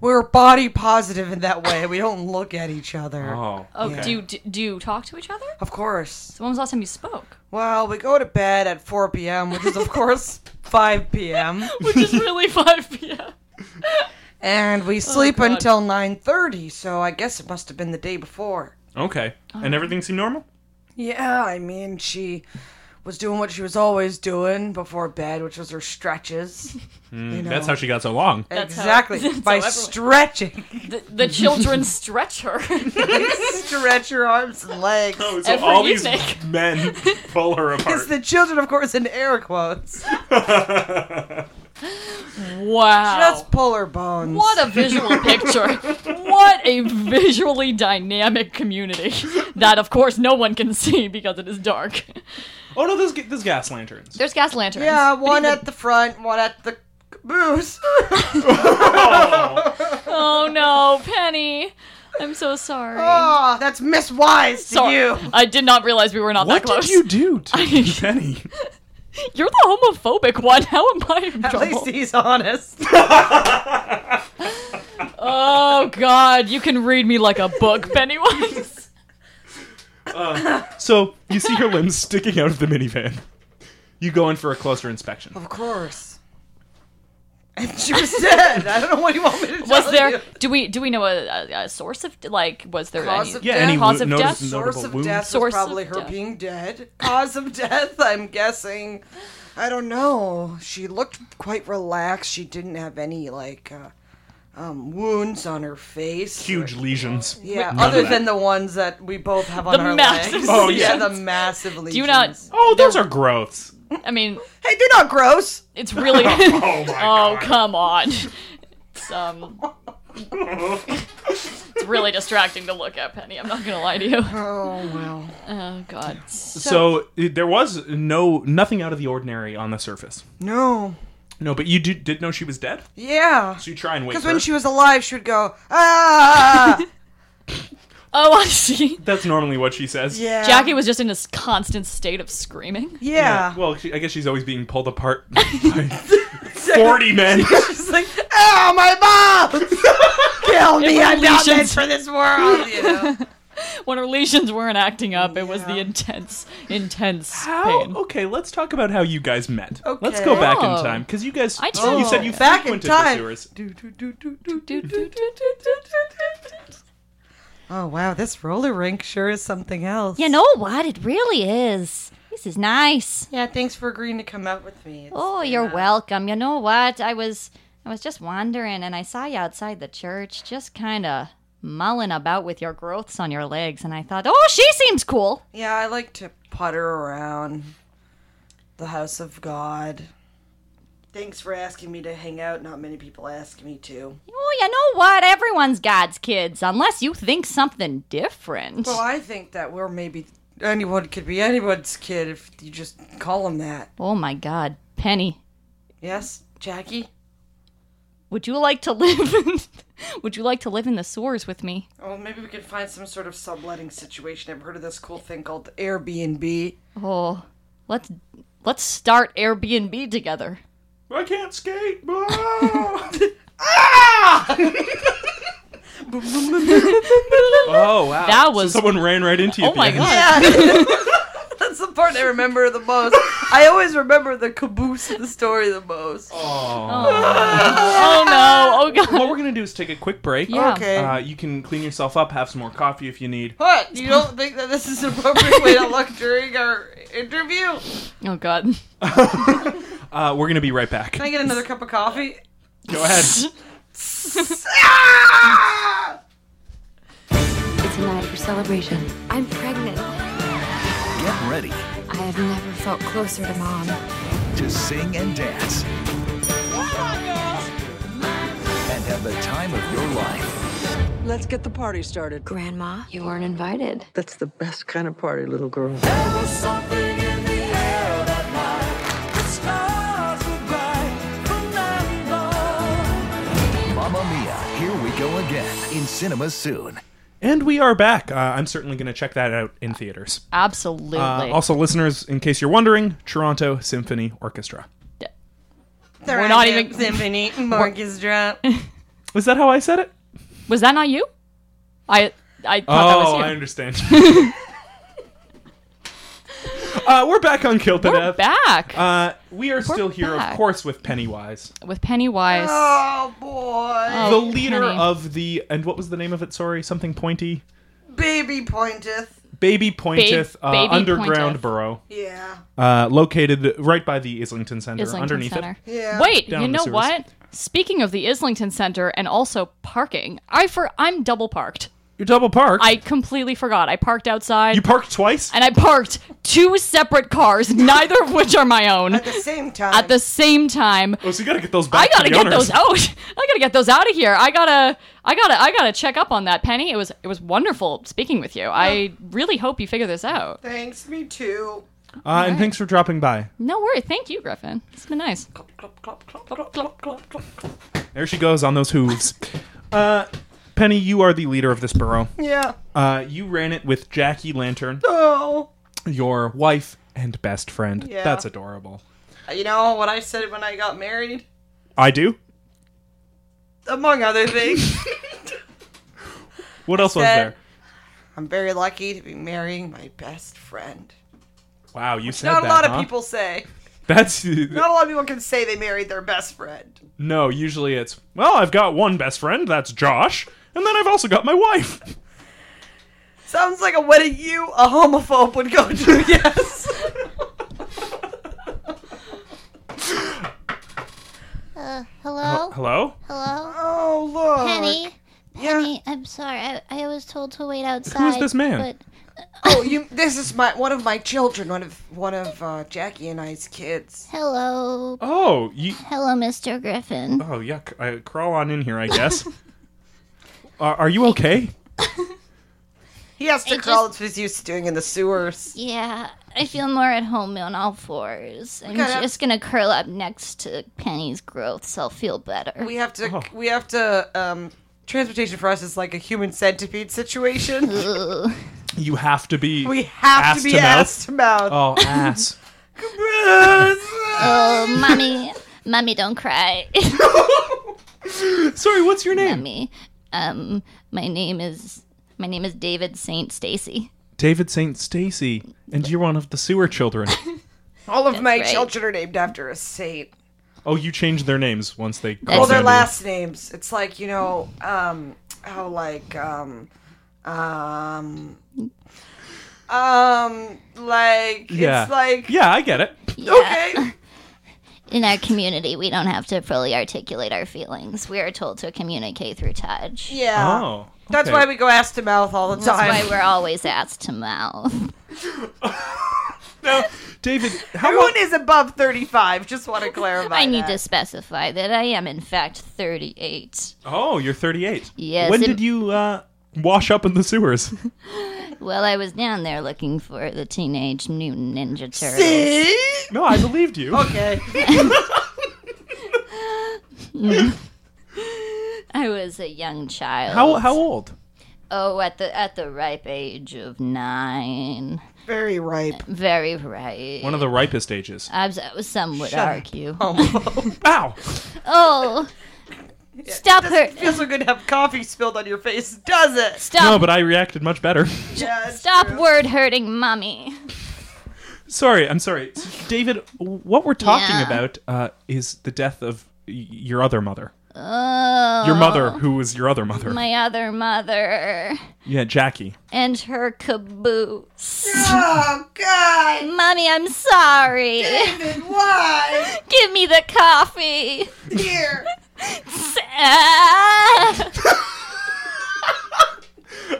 Speaker 3: We're body positive in that way. We don't look at each other.
Speaker 1: Oh.
Speaker 2: Oh,
Speaker 1: okay.
Speaker 2: do you, do, do you talk to each other?
Speaker 3: Of course.
Speaker 2: So when was the last time you spoke?
Speaker 3: Well, we go to bed at 4 p.m., which is, of course, 5 p.m.,
Speaker 2: Which is really 5 p.m.
Speaker 3: and we sleep
Speaker 2: God.
Speaker 3: until 9.30, so I guess it must have been the day before.
Speaker 1: Okay.
Speaker 2: Oh.
Speaker 1: And everything seemed normal.
Speaker 3: Yeah, I mean, she was doing what she was always doing before bed, which was her stretches. you know.
Speaker 1: Hmm, That's how she got so long.
Speaker 2: That's how-
Speaker 3: exactly
Speaker 2: that's
Speaker 3: by
Speaker 2: how everyone-
Speaker 3: stretching.
Speaker 2: The, the children stretch her.
Speaker 3: stretch her arms and legs.
Speaker 1: Oh,
Speaker 2: Every all these evening.
Speaker 1: men pull her
Speaker 3: It's the children, of course, in air quotes.
Speaker 2: wow.
Speaker 3: Just pull her bones.
Speaker 2: What a visual picture. What a visually dynamic community that, of course, no one can see because it is dark.
Speaker 1: oh no, there's, ga- there's gas lanterns.
Speaker 2: There's gas lanterns.
Speaker 3: yeah, one at the front, one at the caboose.
Speaker 2: Oh no, Penny. I'm so sorry.
Speaker 3: oh, that's Miss Wise to
Speaker 2: sorry.
Speaker 3: you.
Speaker 2: I did not realize we were not
Speaker 1: what
Speaker 2: that close.
Speaker 1: did you do to Penny?
Speaker 2: are the homophobic one. How am I in
Speaker 3: At
Speaker 2: trouble?
Speaker 3: least he's honest.
Speaker 2: Oh god, you can read me like a book, Pennywise.
Speaker 1: So you see her limbs sticking out of the minivan. You go in for a closer inspection.
Speaker 3: of course. And she was dead. I don't know what you want me to tell
Speaker 2: Was there?
Speaker 3: you.
Speaker 2: Do we do we know a, a, a source of like? Was there
Speaker 3: Cause
Speaker 2: any?
Speaker 3: of
Speaker 1: Yeah,
Speaker 3: death?
Speaker 1: any
Speaker 2: Cause
Speaker 1: wo-
Speaker 2: of
Speaker 1: notice-
Speaker 2: death?
Speaker 1: notable
Speaker 3: Source of
Speaker 1: wounds.
Speaker 3: death was
Speaker 2: Source of
Speaker 3: probably her
Speaker 2: death.
Speaker 3: being dead. Cause of death, I'm guessing. I don't know. She looked quite relaxed. She didn't have any like uh, um, wounds on her face.
Speaker 1: Huge lesions.
Speaker 3: Yeah,
Speaker 1: None of
Speaker 3: other
Speaker 1: that.
Speaker 3: than the ones that we both have on
Speaker 2: The
Speaker 3: our
Speaker 2: massive
Speaker 3: legs.
Speaker 1: Oh,
Speaker 3: yeah,
Speaker 1: yeah.
Speaker 3: the massive lesions.
Speaker 2: you not-
Speaker 1: Oh, those are growths.
Speaker 2: I mean,
Speaker 3: Hey, they're not gross.
Speaker 2: it's really.
Speaker 1: Oh my
Speaker 2: oh
Speaker 1: god.
Speaker 2: come on. It's um. it's really distracting to look at, Penny. I'm not gonna lie to you.
Speaker 3: Oh well.
Speaker 2: Oh god.
Speaker 1: So i- there was no nothing out of the ordinary on the surface.
Speaker 3: No.
Speaker 1: No, but you did, did know she was dead.
Speaker 3: Yeah.
Speaker 1: So you try and wait.
Speaker 3: Because
Speaker 1: For
Speaker 3: when
Speaker 1: her.
Speaker 3: she was alive, she would go ah.
Speaker 2: Oh, I see.
Speaker 1: That's normally what she says.
Speaker 3: Yeah.
Speaker 2: Jackie was just in this constant state of screaming.
Speaker 3: Yeah.
Speaker 1: Well, she, I guess she's always being pulled apart by 40 men.
Speaker 3: She's like, oh, my mom! Kill me,
Speaker 2: were
Speaker 3: I'm not meant
Speaker 2: lesions.
Speaker 3: for this world, you know?
Speaker 2: When her lesions weren't acting up, it was the
Speaker 3: Yeah.
Speaker 2: intense, intense
Speaker 1: How?
Speaker 2: pain.
Speaker 1: Okay, let's talk about how you guys met. Let's go
Speaker 3: Okay.
Speaker 1: back in
Speaker 2: Oh.
Speaker 1: time because you guys.
Speaker 2: I
Speaker 1: you said you
Speaker 2: totally-
Speaker 3: Back in
Speaker 1: frequented the
Speaker 3: time.
Speaker 1: sewers.
Speaker 3: Do, do, do, do, do,
Speaker 2: Do,
Speaker 3: do,
Speaker 2: do, do,
Speaker 3: do.
Speaker 2: do, do, do, do, do.
Speaker 3: Oh, wow, this roller rink sure is something else.
Speaker 4: You know what? It really is. This is nice.
Speaker 3: Yeah, thanks for agreeing to come out with me. It's-
Speaker 4: Oh, you're welcome. You know what? I was I was just wandering and I saw you outside the church, just kind of mulling about with your growths on your legs, and I thought, oh, she seems cool.
Speaker 3: Yeah, I like to putter around the house of God. Thanks for asking me to hang out. Not many people ask me to.
Speaker 4: Oh, you know what? Everyone's God's kids, unless you think something different.
Speaker 3: Well, I think that we're maybe anyone could be anyone's kid if you just call them that.
Speaker 4: oh my God, Penny,
Speaker 3: Yes, Jackie.
Speaker 2: Would you like to live? In, would you like to live in the sewers with me?
Speaker 3: Well, Oh, maybe we could find some sort of subletting situation. I've heard of this cool thing called Airbnb.
Speaker 2: Oh, let's let's start Airbnb together.
Speaker 1: I can't skate. oh
Speaker 3: Oh,
Speaker 1: wow!
Speaker 2: That
Speaker 1: So
Speaker 2: was-
Speaker 1: someone ran right into you. at
Speaker 2: Oh
Speaker 1: the
Speaker 2: my
Speaker 1: end.
Speaker 2: god.
Speaker 3: That's the part I remember the most. I always remember the caboose of the story the most.
Speaker 2: Oh no. Oh god.
Speaker 1: What we're gonna do is take a quick break.
Speaker 2: Yeah.
Speaker 3: Okay.
Speaker 1: Uh, you can clean yourself up, have some more coffee if you need.
Speaker 3: What? You don't think that this is an appropriate way to look during our interview?
Speaker 2: Oh god.
Speaker 1: Uh, we're gonna be right back.
Speaker 3: Can I get another cup of coffee?
Speaker 1: Go ahead.
Speaker 3: Ah!
Speaker 5: It's a night for celebration. I'm pregnant.
Speaker 6: Get ready
Speaker 5: I have never felt closer to mom.
Speaker 6: to sing and dance. And have the time of your life.
Speaker 7: Let's get the party started.
Speaker 5: Grandma, you weren't invited.
Speaker 7: That's the best kind of party, little girl.
Speaker 6: Mamma Mia, here we go again in cinemas soon.
Speaker 1: and we are back. Uh, I'm certainly gonna check that out in theaters.
Speaker 2: Absolutely.
Speaker 1: Uh, also, listeners, in case you're wondering, Toronto Symphony Orchestra.
Speaker 3: We're
Speaker 2: not even-
Speaker 3: symphony orchestra.
Speaker 1: Is that how I said it?
Speaker 2: was that not you? I I thought that was
Speaker 1: Oh,
Speaker 2: you.
Speaker 1: I understand. uh, we're back on Kill the
Speaker 2: We're
Speaker 1: Death.
Speaker 2: back
Speaker 1: Uh, we are still here,
Speaker 2: back.
Speaker 1: of course, with Pennywise,
Speaker 2: with Pennywise.
Speaker 3: Oh boy,
Speaker 1: the
Speaker 2: Oh,
Speaker 1: leader
Speaker 2: Penny.
Speaker 1: of the and what was the name of it? Sorry, something pointy.
Speaker 3: baby pointeth.
Speaker 1: Baby Pointeth uh,
Speaker 2: Baby
Speaker 1: underground
Speaker 2: Pointeth.
Speaker 1: burrow,
Speaker 3: Yeah,
Speaker 1: uh, located right by the Islington Center.
Speaker 2: Islington
Speaker 1: underneath
Speaker 2: Center.
Speaker 1: it,
Speaker 3: yeah.
Speaker 2: Wait,
Speaker 1: Down
Speaker 2: you
Speaker 1: in the
Speaker 2: know
Speaker 1: sewers.
Speaker 2: what? Speaking of the Islington Center and also parking, I for I'm double parked.
Speaker 1: you double parked.
Speaker 2: I completely forgot. I parked outside
Speaker 1: you parked twice.
Speaker 2: and I parked two separate cars, neither of which are my own,
Speaker 3: At the same time,
Speaker 2: at the same time.
Speaker 1: oh, so you gotta get those back.
Speaker 2: I
Speaker 1: to
Speaker 2: gotta
Speaker 1: the
Speaker 2: get
Speaker 1: owners.
Speaker 2: those out. I gotta get those out of here. I gotta, I gotta, I gotta check up on that, Penny. It was, it was wonderful speaking with you. I really hope you figure this out.
Speaker 3: thanks me too.
Speaker 1: Uh, and thanks for dropping by.
Speaker 2: No worry. Thank you, Griffin. It's been nice.
Speaker 1: There she goes on those hooves. uh, Penny, you are the leader of this burrow.
Speaker 3: Yeah.
Speaker 1: Uh, you ran it with Jackie Lantern,
Speaker 3: Oh,
Speaker 1: your wife and best friend.
Speaker 3: Yeah.
Speaker 1: That's adorable.
Speaker 3: you know what I said when I got married,
Speaker 1: I do.
Speaker 3: among other things.
Speaker 1: What else was
Speaker 3: said-
Speaker 1: there?
Speaker 3: I'm very lucky to be marrying my best friend.
Speaker 1: Wow, you said
Speaker 3: Not
Speaker 1: that.
Speaker 3: a lot
Speaker 1: huh?
Speaker 3: of people say.
Speaker 1: That's
Speaker 3: Not a lot of people can say they married their best friend.
Speaker 1: no. Usually it's well, I've got one best friend. That's Josh, and then I've also got my wife.
Speaker 3: Sounds like a wedding you, a homophobe, would go to. Yes.
Speaker 8: Hello?
Speaker 1: Hello.
Speaker 8: Hello?
Speaker 3: Oh look.
Speaker 8: Penny?
Speaker 3: Yeah.
Speaker 8: Penny, I'm sorry. I, I was told to wait outside.
Speaker 1: this man?
Speaker 8: But
Speaker 3: Oh, you. This is my one of my children. One of one of uh, Jackie and I's kids.
Speaker 8: hello.
Speaker 1: Oh, you.
Speaker 8: Hello, Mr. Griffin.
Speaker 3: Uh-huh.
Speaker 1: Oh, yuck. I, crawl on in here, I guess. are, are you okay?
Speaker 3: He has to
Speaker 8: I
Speaker 3: crawl. It's what he's used to doing in the sewers.
Speaker 8: Yeah, I feel more at home on all fours. I'm
Speaker 3: gotta-
Speaker 8: just gonna curl up next to Penny's growth, so I'll feel better.
Speaker 1: Oh.
Speaker 3: We have to. We have to um, transportation for us is like a human centipede situation.
Speaker 1: You have to be.
Speaker 3: we
Speaker 1: ass
Speaker 3: have to be
Speaker 1: mouth.
Speaker 3: ass to mouth.
Speaker 1: Oh, ass.
Speaker 8: Oh, mommy, mommy, don't cry.
Speaker 1: Sorry, what's your name?
Speaker 8: mommy, um, my name is my name is David Saint Stacy.
Speaker 1: David St. Stacy, and you're one of the sewer children.
Speaker 3: All of my
Speaker 8: right.
Speaker 3: children are named after a saint.
Speaker 1: Oh, you changed their names once they
Speaker 8: Well,
Speaker 3: Well,
Speaker 1: called
Speaker 3: their last names. It's like you know, um, how like um, um, um, like
Speaker 1: Yeah.
Speaker 3: it's like
Speaker 1: Yeah, I get it.
Speaker 3: okay,
Speaker 8: In our community, we don't have to fully articulate our feelings. We are told to communicate through touch.
Speaker 3: yeah.
Speaker 1: Oh.
Speaker 3: That's
Speaker 1: okay.
Speaker 3: why we go ass to mouth all the time.
Speaker 8: That's why we're always asked to mouth.
Speaker 1: Now, David, how long?
Speaker 3: Everyone is above thirty-five. Just want to clarify.
Speaker 8: I need
Speaker 3: that.
Speaker 8: to specify that I am, in fact, 38.
Speaker 1: Oh, you're 38.
Speaker 8: Yes,
Speaker 1: When
Speaker 8: it-
Speaker 1: did you uh, wash up in the sewers?
Speaker 8: Well, I was down there looking for the Teenage Mutant Ninja Turtles.
Speaker 1: no, I believed you.
Speaker 3: Okay.
Speaker 8: I was a young child.
Speaker 1: How how old?
Speaker 8: Oh, at the at the ripe age of nine.
Speaker 3: Very ripe.
Speaker 8: Very ripe.
Speaker 1: One of Oh. the ripest ages.
Speaker 8: I was, some would argue.
Speaker 1: Ow!
Speaker 8: Oh, stop her!
Speaker 3: Feels so good to have coffee spilled on your face, does it?
Speaker 8: Stop!
Speaker 1: No, but I reacted much better.
Speaker 3: Yes.
Speaker 8: Stop word hurting, mommy.
Speaker 1: sorry, I'm sorry. David, what we're talking
Speaker 8: Yeah.
Speaker 1: about uh, is the death of y- your other mother.
Speaker 8: Oh,
Speaker 1: Your mother, who was your other mother.
Speaker 8: my other mother
Speaker 1: yeah, Jackie.
Speaker 8: and her caboose.
Speaker 3: Oh God,
Speaker 8: Mommy, I'm sorry.
Speaker 3: David, why?
Speaker 8: Give me the coffee.
Speaker 3: Here.
Speaker 1: Oh.
Speaker 8: Ah.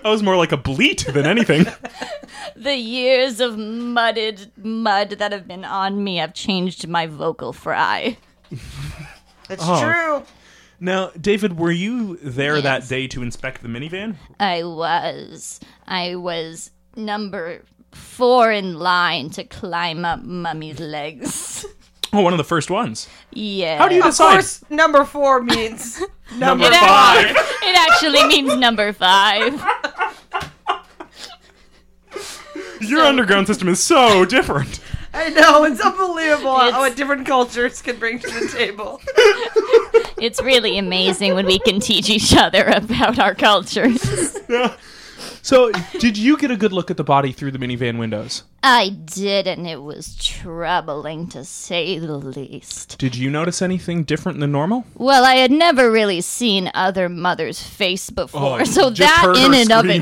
Speaker 1: I was more like a bleat than anything.
Speaker 8: the years of mudded mud that have been on me have changed my vocal fry.
Speaker 3: That's
Speaker 1: Oh.
Speaker 3: true.
Speaker 1: now, David, were you there that day to inspect the minivan?
Speaker 8: I was. I was number four in line to climb up Mummy's legs.
Speaker 1: Oh, one of the first ones.
Speaker 8: Yeah.
Speaker 1: How do you
Speaker 3: Of
Speaker 1: decide?
Speaker 3: course, number four means
Speaker 1: Number
Speaker 8: It
Speaker 1: five.
Speaker 8: actually, it actually means number five.
Speaker 1: Your underground system is so different.
Speaker 3: I know, it's unbelievable how
Speaker 8: It's-
Speaker 3: what different cultures can bring to the table.
Speaker 8: It's really amazing when we can teach each other about our cultures.
Speaker 1: So, did you get a good look at the body through the minivan windows?
Speaker 8: I did, and it was troubling to say the least.
Speaker 1: Did you notice anything different than normal?
Speaker 8: Well, I had never really seen other mother's face before,
Speaker 1: Oh,
Speaker 8: so
Speaker 1: just
Speaker 8: that
Speaker 1: heard her
Speaker 8: in and of
Speaker 1: scream.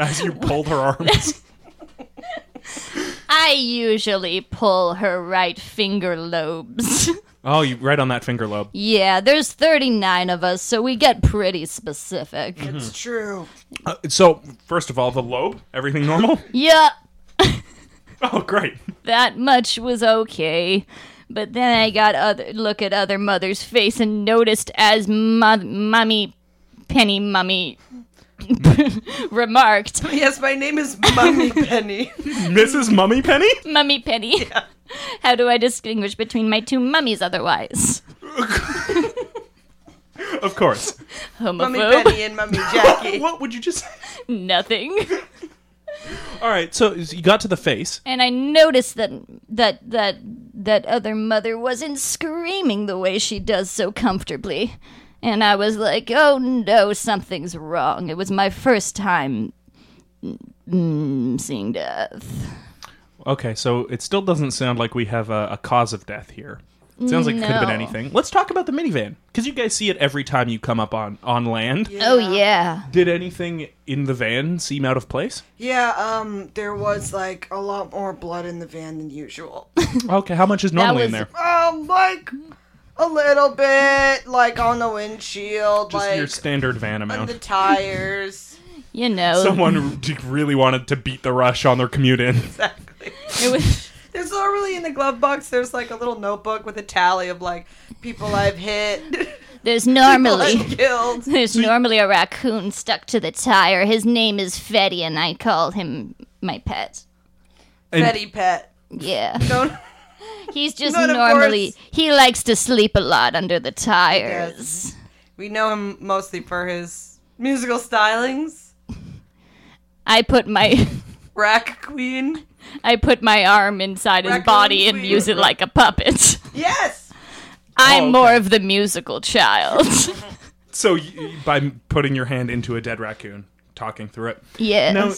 Speaker 1: As you pulled her arms.
Speaker 8: I usually pull her right finger lobes.
Speaker 1: Oh, you right on that finger lobe.
Speaker 8: yeah, there's 39 of us, so we get pretty specific.
Speaker 1: Mm-hmm. Hmm.
Speaker 3: It's true.
Speaker 1: Uh, so, first of all, the lobe, everything normal?
Speaker 8: yeah,
Speaker 1: Oh, great.
Speaker 8: that much was okay. But then I got other look at other mother's face and noticed as mo- mummy, penny mummy, remarked,
Speaker 3: Yes, my name is Mummy Penny.
Speaker 1: Mrs. Mummy Penny?
Speaker 8: Mummy Penny. How do I distinguish between my two mummies otherwise?
Speaker 1: Of course.
Speaker 3: Mummy
Speaker 8: Homophobe?
Speaker 3: Penny and Mummy Jackie.
Speaker 1: what would you just say?
Speaker 8: Nothing.
Speaker 1: All right, so you got to the face.
Speaker 8: And I noticed that that that that other mother wasn't screaming the way she does so comfortably. And I was like, "Oh no, something's wrong." It was my first time mm, seeing death.
Speaker 1: Okay, so it still doesn't sound like we have a, a cause of death here. It sounds like it could have been
Speaker 8: No.
Speaker 1: anything. Let's talk about the minivan because you guys see it every time you come up on on land.
Speaker 8: Oh yeah.
Speaker 1: Did anything in the van seem out of place?
Speaker 3: yeah, um, there was like a lot more blood in the van than usual.
Speaker 1: Okay, how much is normally in
Speaker 8: was-
Speaker 1: there?
Speaker 3: Um, like a little bit, like on the windshield,
Speaker 1: Just your
Speaker 3: like
Speaker 1: standard van
Speaker 3: on
Speaker 1: amount.
Speaker 3: the tires.
Speaker 8: You know,
Speaker 1: Someone d- really wanted to beat the rush on their commute in.
Speaker 3: exactly.
Speaker 8: it was
Speaker 3: There's normally in the glove box. There's like a little notebook with a tally of like people I've hit,
Speaker 8: there's
Speaker 3: people
Speaker 8: normally
Speaker 3: I've killed.
Speaker 8: There's normally a raccoon stuck to the tire. His name is Fetty, and I call him my pet.
Speaker 1: And
Speaker 3: Betty Pet.
Speaker 8: Yeah.
Speaker 3: Don't.
Speaker 8: He's just
Speaker 3: Not of
Speaker 8: normally.
Speaker 3: course.
Speaker 8: He likes to sleep a lot under the tires.
Speaker 3: We know him mostly for his musical stylings.
Speaker 8: I put my
Speaker 3: Rack Queen.
Speaker 8: I put my arm inside his
Speaker 3: Raccoon
Speaker 8: body and
Speaker 3: Queen. Oh,
Speaker 8: use it like a puppet.
Speaker 3: Yes!
Speaker 8: I'm
Speaker 1: okay.
Speaker 8: more of the musical child.
Speaker 1: So y- by putting your hand into a dead raccoon, talking through it.
Speaker 8: yes.
Speaker 1: Now,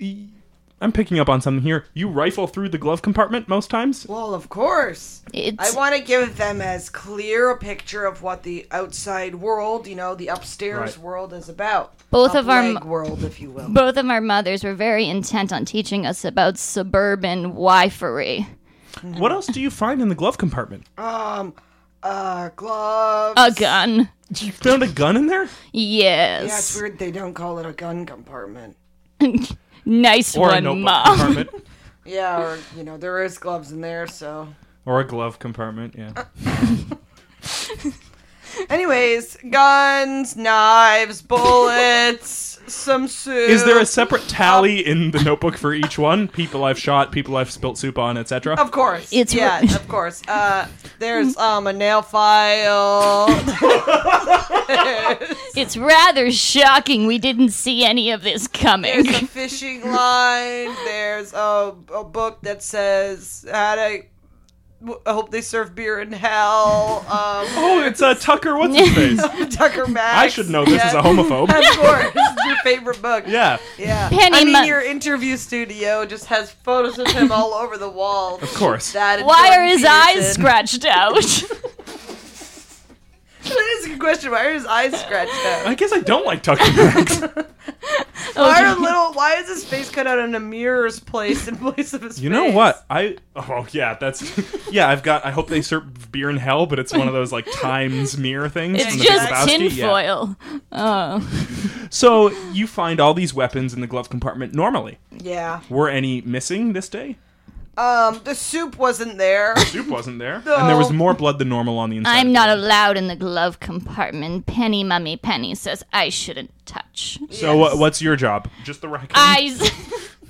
Speaker 1: y- I'm picking up on something here. You rifle through the glove compartment most times.
Speaker 9: Well, of course. I
Speaker 8: it's
Speaker 9: want to give them as clear a picture of what the outside world, you know, the upstairs
Speaker 1: Right.
Speaker 9: world is about.
Speaker 8: both of our
Speaker 9: Leg world, if you will.
Speaker 8: both of our mothers were very intent on teaching us about suburban wifery. Mm-hmm.
Speaker 1: What else do you find in the glove compartment?
Speaker 9: Um, uh, gloves.
Speaker 8: A gun.
Speaker 1: You found a gun in there,
Speaker 9: Yeah, it's
Speaker 8: Yes.
Speaker 9: weird they don't call it a gun compartment.
Speaker 8: nice
Speaker 1: or a
Speaker 8: one,
Speaker 1: notebook
Speaker 8: mom.
Speaker 1: compartment,
Speaker 9: Yeah, or, you know, there is gloves in there, so.
Speaker 1: or a glove compartment. Yeah.
Speaker 3: Anyways, guns, knives, bullets, some soup.
Speaker 1: Is there a separate tally in the notebook for each one? People I've shot, people I've spilt soup on, etc.
Speaker 3: Of course.
Speaker 8: It's-
Speaker 3: yeah, of course. Uh, there's um a nail file.
Speaker 8: It's rather shocking we didn't see any of this coming.
Speaker 3: There's a fishing line. There's a, a book that says how to. w- I hope they serve beer in hell. Um,
Speaker 1: Oh, it's uh, Tucker. What's his face?
Speaker 3: Tucker Max.
Speaker 1: I should know this is a
Speaker 3: Yeah.
Speaker 1: homophobe.
Speaker 3: Of course, it's your favorite book.
Speaker 1: Yeah.
Speaker 3: Yeah.
Speaker 8: Penny
Speaker 3: I mean,
Speaker 8: Mon-
Speaker 3: your interview studio just has photos of him all over the wall.
Speaker 1: Of course.
Speaker 3: That and
Speaker 8: Why
Speaker 3: Jordan
Speaker 8: are his
Speaker 3: Peterson.
Speaker 8: eyes scratched out?
Speaker 3: That is a good question. Why are his eyes scratched out?
Speaker 1: I guess I don't like Tucker Max.
Speaker 3: Why are little? Why is his face cut out in a mirror's place in place of his?
Speaker 1: You know
Speaker 3: face?
Speaker 1: what? I oh yeah, that's yeah. I've got. I hope they serve beer in hell, but it's one of those like Times mirror things.
Speaker 8: it's
Speaker 1: from the Big
Speaker 8: just
Speaker 1: Lebowski. Yeah.
Speaker 8: tinfoil. Oh.
Speaker 1: So you find all these weapons in the glove compartment normally.
Speaker 3: Yeah.
Speaker 1: Were any missing this day?
Speaker 3: Um, the soup wasn't there.
Speaker 1: Soup wasn't there, and there was more blood than normal on the inside.
Speaker 8: I'm
Speaker 1: of
Speaker 8: not
Speaker 1: the-
Speaker 8: allowed in the glove compartment. Penny Mummy Penny says I shouldn't touch.
Speaker 1: So what what's your job? Just the raccoon.
Speaker 8: I,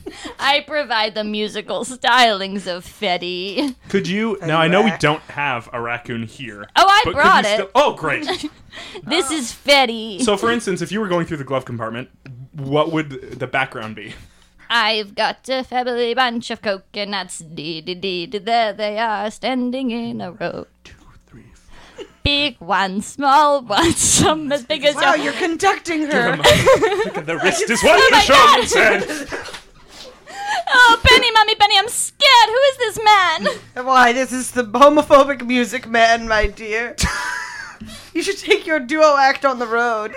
Speaker 8: I provide the musical stylings of Fetty.
Speaker 1: Could you? Now I know we don't have a raccoon here.
Speaker 8: Oh, I
Speaker 1: but could
Speaker 8: brought
Speaker 1: you
Speaker 8: it.
Speaker 1: still- oh, great.
Speaker 8: This is Fetty.
Speaker 1: Ah. So, for instance, if you were going through the glove compartment, what would the background be?
Speaker 8: I've got a family bunch of coconuts. Dee dee dee dee. There they are, standing in a row. Big one, small one, some as big as
Speaker 3: Wow,
Speaker 8: your.
Speaker 3: Oh, you're conducting her.
Speaker 1: The wrist is what the showman said.
Speaker 8: Oh, Penny, Mummy, Penny, I'm scared. Who is this man?
Speaker 3: Why? This is the homophobic music man, my dear. you should take your duo act on the road.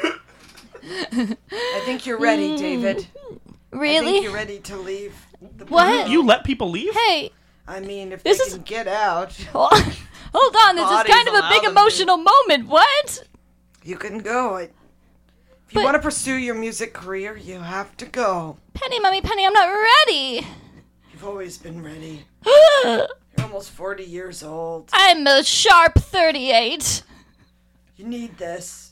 Speaker 9: I think you're
Speaker 1: Hmm.
Speaker 9: ready, David. I think
Speaker 8: Really?
Speaker 9: you're ready to leave. The
Speaker 8: What?
Speaker 1: You let people leave?
Speaker 8: Hey,
Speaker 9: I mean, if
Speaker 8: This
Speaker 9: they
Speaker 8: is-
Speaker 9: can get out,
Speaker 8: hold hold on. This is
Speaker 3: Bodies
Speaker 8: kind of a
Speaker 3: allow them
Speaker 8: big
Speaker 3: to.
Speaker 8: emotional moment. What?
Speaker 9: you can go. If you
Speaker 8: But-
Speaker 9: want to pursue your music career, you have to go.
Speaker 8: Penny, Mummy, Penny, I'm not ready.
Speaker 9: You've always been ready. You're almost 40 years old.
Speaker 8: I'm a sharp 38.
Speaker 9: You need this.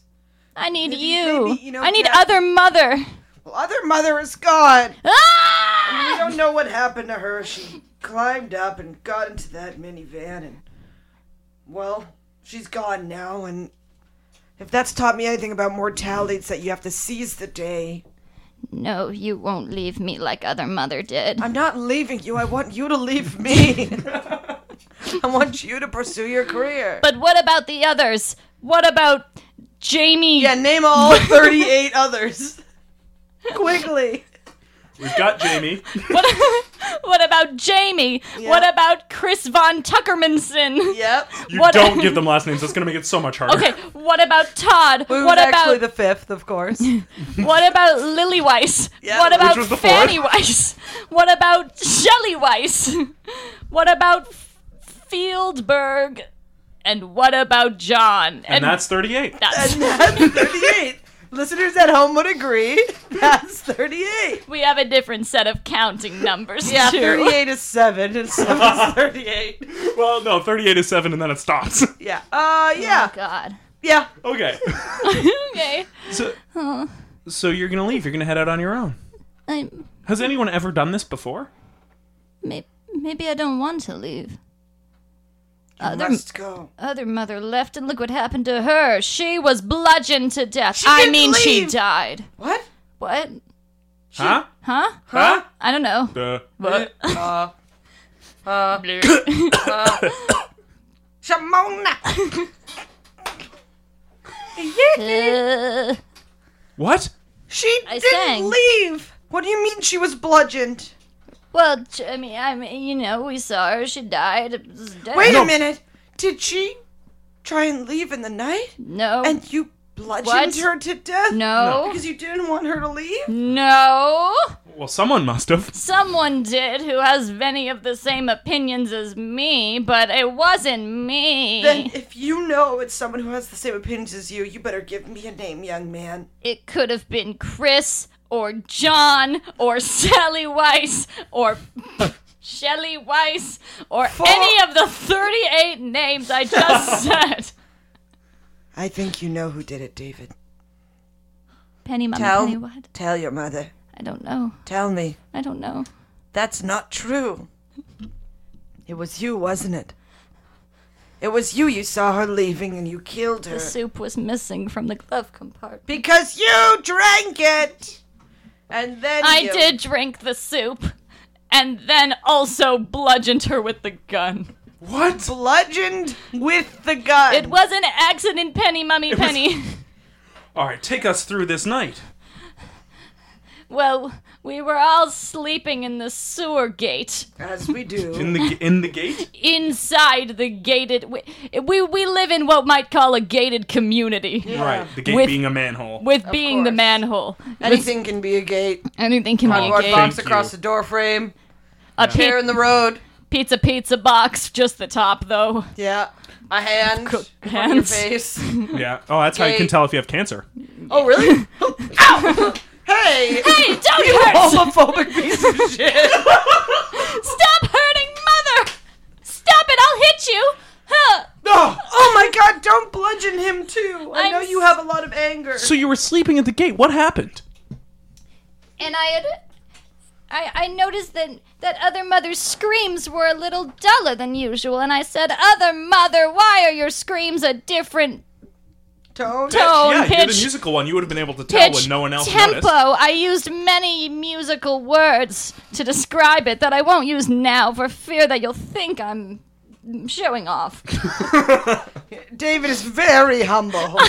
Speaker 8: I need
Speaker 9: Maybe-
Speaker 8: you.
Speaker 9: maybe, you know,
Speaker 8: I need
Speaker 9: Jack-
Speaker 8: other mother.
Speaker 9: Well, other mother is gone.
Speaker 8: Ah!
Speaker 9: We don't know what happened to her. She climbed up and got into that minivan, and well, she's gone now. And if that's taught me anything about mortality, it's that you have to seize the day.
Speaker 8: No, you won't leave me like other mother did.
Speaker 9: I'm not leaving you. I want you to leave me. I want you to pursue your career.
Speaker 8: But what about the others? What about Jamie?
Speaker 3: Yeah, name all 38 others. Quickly.
Speaker 1: We've got Jamie.
Speaker 8: What, what about Jamie? What about Chris von Tuckermanson?
Speaker 3: Yep.
Speaker 1: You
Speaker 8: What-
Speaker 1: don't give them last names. That's going to make it so much harder.
Speaker 8: Okay, what about Todd?
Speaker 3: Who
Speaker 8: what
Speaker 3: was actually the
Speaker 8: about
Speaker 3: fifth, of course.
Speaker 8: what about Lily Weiss?
Speaker 3: Yeah.
Speaker 8: what
Speaker 3: Which
Speaker 8: about
Speaker 1: was the fourth?
Speaker 8: Fanny Weiss? What about Shelley Weiss? What about F- Fieldberg? And what about John?
Speaker 1: And that's 38.
Speaker 8: that's-
Speaker 3: That's 38. Listeners at home would agree. That's 38.
Speaker 8: we have a different set of counting numbers
Speaker 3: Yeah,
Speaker 8: too.
Speaker 3: 38 is 7, and 7 is 38.
Speaker 1: Well, no, 38 is 7 and then it stops.
Speaker 3: Yeah. Uh, yeah.
Speaker 8: God.
Speaker 3: Yeah.
Speaker 1: Okay.
Speaker 8: Okay.
Speaker 1: So, so you're going to leave. You're going to head out on your own.
Speaker 10: I,
Speaker 1: Has anyone ever done this before?
Speaker 10: may, maybe I don't want to leave.
Speaker 8: other
Speaker 3: Must go.
Speaker 8: other mother left, and look what happened to her. She was bludgeoned to death. I
Speaker 3: didn't
Speaker 8: mean, she
Speaker 3: leave.
Speaker 8: died.
Speaker 3: What?
Speaker 8: What?
Speaker 1: Huh?
Speaker 8: Huh?
Speaker 1: Huh?
Speaker 8: I don't know.
Speaker 1: Duh.
Speaker 8: What?
Speaker 3: Shamona.
Speaker 8: Uh,
Speaker 1: What?
Speaker 3: She
Speaker 8: I
Speaker 3: didn't
Speaker 8: sang.
Speaker 3: leave. What do you mean she was bludgeoned?
Speaker 8: well, j- I mean, I mean, you know, we saw her. She died. It was dead.
Speaker 3: Wait
Speaker 1: No.
Speaker 3: a minute. Did she try and leave in the night?
Speaker 8: No.
Speaker 3: And you bludgeoned
Speaker 8: What?
Speaker 3: her to death?
Speaker 8: No. No.
Speaker 3: Because you didn't want her to leave?
Speaker 8: no.
Speaker 1: Well, someone must have.
Speaker 8: Someone did who has many of the same opinions as me, but it wasn't me.
Speaker 3: Then if you know it's someone who has the same opinions as you, you better give me a name, young man.
Speaker 8: it could have been Chris or John or Sally Weiss or Shelly Weiss or any of the 38 names I just said.
Speaker 3: I think you know who did it, David.
Speaker 8: Penny Mama
Speaker 3: Tell
Speaker 8: Penny what?
Speaker 3: tell your mother.
Speaker 8: I don't know.
Speaker 3: Tell me.
Speaker 8: I don't know.
Speaker 3: That's not true. It was you, wasn't it? It was you. You saw her leaving and you killed her.
Speaker 8: The soup was missing from the glove compartment.
Speaker 3: Because you drank it! And then
Speaker 8: I
Speaker 3: you-
Speaker 8: did drink the soup and then also bludgeoned her with the gun.
Speaker 1: What?
Speaker 3: bludgeoned with the gun.
Speaker 8: It was an accident, Penny Mummy
Speaker 1: was-
Speaker 8: Penny.
Speaker 1: All right, take us through this night.
Speaker 8: well, we were all sleeping in the sewer gate.
Speaker 3: As we do.
Speaker 1: In the in the gate.
Speaker 8: inside the gated. We, we, we live in what might call a gated community.
Speaker 1: Right. The gate
Speaker 8: With-
Speaker 1: being a manhole.
Speaker 8: With being the manhole,
Speaker 3: Anything can be a gate.
Speaker 8: anything can be a
Speaker 3: Cardboard
Speaker 8: gate.
Speaker 3: box
Speaker 1: Thank
Speaker 3: across
Speaker 1: you.
Speaker 3: the door frame.
Speaker 8: A
Speaker 3: Chair
Speaker 8: pi-
Speaker 3: in the road.
Speaker 8: pizza pizza box, just the top though.
Speaker 3: Yeah. A hand. On your
Speaker 8: hands.
Speaker 3: face.
Speaker 1: Yeah. Oh, that's how you can
Speaker 3: Gate.
Speaker 1: tell if you have cancer.
Speaker 3: oh, really? Ow! Hey!
Speaker 8: Hey, don't hurt!
Speaker 3: Homophobic piece of shit.
Speaker 8: Stop hurting, mother! Stop it! I'll hit you. Huh.
Speaker 3: No! Oh my god, don't bludgeon him too. I
Speaker 8: I'm
Speaker 3: know you have a lot of anger.
Speaker 1: So you were sleeping at the gate. What happened?
Speaker 8: And I had. I, I noticed that that other mother's screams were a little duller than usual, and I said, "Other mother, why are your screams a different
Speaker 3: Tone.
Speaker 8: tone,
Speaker 1: yeah, you're the
Speaker 8: Oh, pitch,
Speaker 1: musical one. You would have been able to tell
Speaker 8: pitch,
Speaker 1: when no one else
Speaker 8: tempo.
Speaker 1: noticed.
Speaker 8: I used many musical words to describe it that I won't use now for fear that you'll think I'm showing off.
Speaker 3: David is very humble.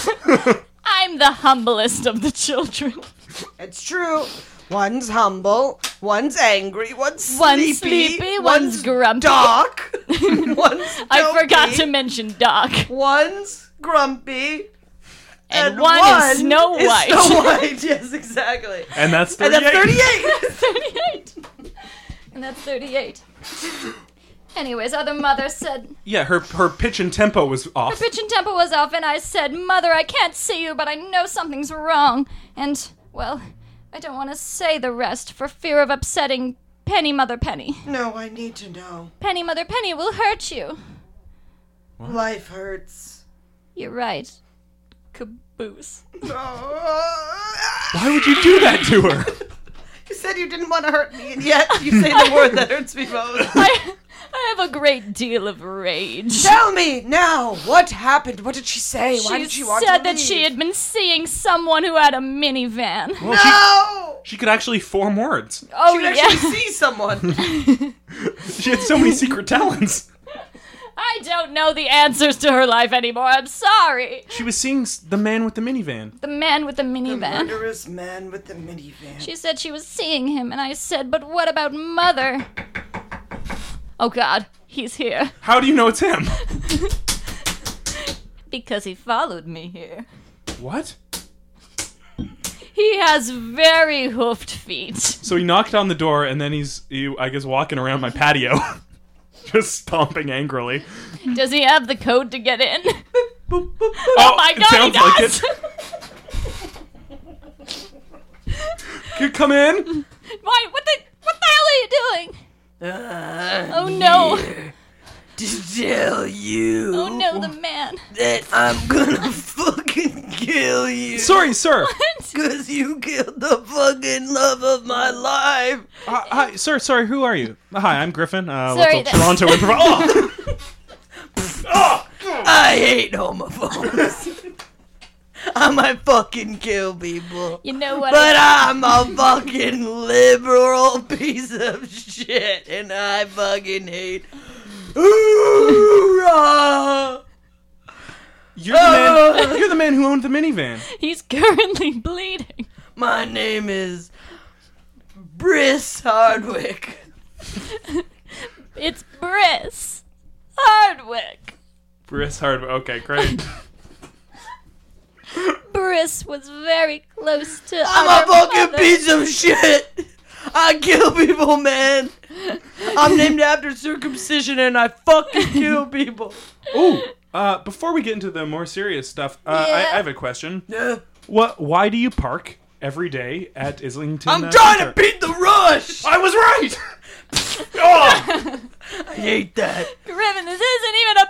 Speaker 8: I'm the humblest of the children.
Speaker 3: it's true. One's humble, one's angry, one's
Speaker 8: One's
Speaker 3: sleepy,
Speaker 8: sleepy, one's grumpy.
Speaker 3: dark, one's
Speaker 8: I forgot
Speaker 3: dopey.
Speaker 8: to mention Doc.
Speaker 3: One's grumpy.
Speaker 8: And one is Snow
Speaker 3: is
Speaker 8: White.
Speaker 3: Snow White, yes, exactly.
Speaker 1: And that's
Speaker 3: And
Speaker 1: 38.
Speaker 3: that's 38.
Speaker 8: 38. And that's 38. Anyways, other mother said,
Speaker 1: Yeah, her her pitch and tempo was off.
Speaker 8: Pitch and tempo was off, and I said, Mother, I can't see you, but I know something's wrong. And, well, I don't want to say the rest for fear of upsetting Penny Mother Penny.
Speaker 3: no, I need to know.
Speaker 8: Penny Mother Penny will hurt you.
Speaker 3: Life hurts.
Speaker 8: You're right. Caboose.
Speaker 3: Oh.
Speaker 1: Why would you do that to her?
Speaker 3: You said you didn't want to hurt me, and yet you say the word that hurts me most.
Speaker 8: I, I have a great deal of rage.
Speaker 3: Tell me now what happened. What did she say? Why did she
Speaker 8: she
Speaker 3: want
Speaker 8: said
Speaker 3: to
Speaker 8: that
Speaker 3: leave?
Speaker 8: she had been seeing someone who had a minivan.
Speaker 1: Well, she,
Speaker 3: Oh,
Speaker 1: she could actually form words.
Speaker 8: Oh,
Speaker 3: you
Speaker 8: yeah.
Speaker 3: actually see someone.
Speaker 1: She had so many secret talents.
Speaker 8: I don't know the answers to her life anymore. I'm sorry.
Speaker 1: She was seeing s- the man with the minivan.
Speaker 8: The man with the
Speaker 3: The
Speaker 8: minivan.
Speaker 3: murderous man with the minivan.
Speaker 8: She said she was seeing him, and I said, But what about mother? Oh god, he's here.
Speaker 1: How do you know it's him?
Speaker 8: Because he followed me here.
Speaker 1: What?
Speaker 8: He has very hoofed feet.
Speaker 1: So he knocked on the door, and then he's, he, I guess, walking around my patio, just stomping angrily.
Speaker 8: Does he have the code to get in?
Speaker 1: Oh,
Speaker 8: my
Speaker 1: it
Speaker 8: God, he
Speaker 1: sounds like
Speaker 8: does!
Speaker 1: Could come in.
Speaker 8: Why? What the? What the hell are you doing? oh no!
Speaker 3: Uh, To tell you
Speaker 8: Oh no! The man.
Speaker 3: that I'm gonna fucking kill you.
Speaker 1: Sorry, sir.
Speaker 3: Because you killed the fucking love of my life.
Speaker 1: Uh, hi, sir. Sorry, who are you? Hi, I'm Griffin. Uh,
Speaker 8: Sorry,
Speaker 1: local
Speaker 8: that-
Speaker 1: Toronto improv. Oh!
Speaker 3: I hate homophobes. I might fucking kill people.
Speaker 4: You know what?
Speaker 3: But I'm a fucking liberal piece of shit, and I fucking hate. Hoorah!
Speaker 1: You're the man. You're the man who owned the minivan.
Speaker 4: He's currently bleeding.
Speaker 3: My name is Briss Hardwick.
Speaker 4: It's Briss Hardwick.
Speaker 1: Briss Hardwick. Okay, great.
Speaker 4: Briss was very close to.
Speaker 3: I'm a
Speaker 4: our
Speaker 3: fucking
Speaker 4: mother.
Speaker 3: piece of shit. I kill people, man. I'm named after circumcision, and I fucking kill people.
Speaker 1: Ooh. Uh, before we get into the more serious stuff, uh, I, I have a question.
Speaker 3: Yeah.
Speaker 1: What? Why do you park every day at Islington?
Speaker 3: I'm
Speaker 1: uh,
Speaker 3: trying to
Speaker 1: Center?
Speaker 3: beat the rush.
Speaker 1: I was right. oh,
Speaker 3: I hate that.
Speaker 4: Griffin, this isn't even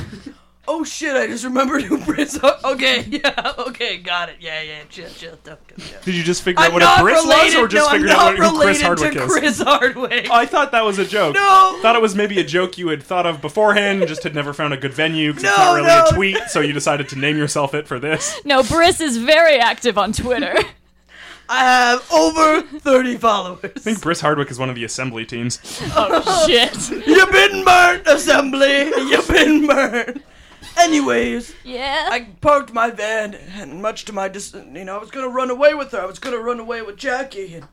Speaker 4: about you.
Speaker 3: Oh shit! I just remembered who Briss. Okay, yeah, okay, got it. Yeah, yeah, chill, chill, don't, don't, don't.
Speaker 1: did you just figure
Speaker 3: I'm
Speaker 1: out what
Speaker 3: not
Speaker 1: a Briss was,
Speaker 3: related.
Speaker 1: or just
Speaker 3: no,
Speaker 1: figured
Speaker 3: I'm
Speaker 1: out
Speaker 3: not
Speaker 1: who Chris
Speaker 3: related
Speaker 1: Hardwick
Speaker 3: to
Speaker 1: is?
Speaker 3: Chris Hardwick.
Speaker 1: I thought that was a joke.
Speaker 3: No.
Speaker 1: Thought it was maybe a joke you had thought of beforehand and just had never found a good venue because it's
Speaker 3: No,
Speaker 1: not really
Speaker 3: no.
Speaker 1: a tweet, so you decided to name yourself it for this.
Speaker 4: No, Briss is very active on Twitter.
Speaker 3: I have over 30 followers.
Speaker 1: I think Briss Hardwick is one of the assembly teams.
Speaker 4: Shit.
Speaker 3: You've been burnt, assembly. You've been burnt. Anyways,
Speaker 4: Yeah.
Speaker 3: I parked my van, and much to my dis, you know, I was gonna run away with her. I was gonna run away with Jackie, and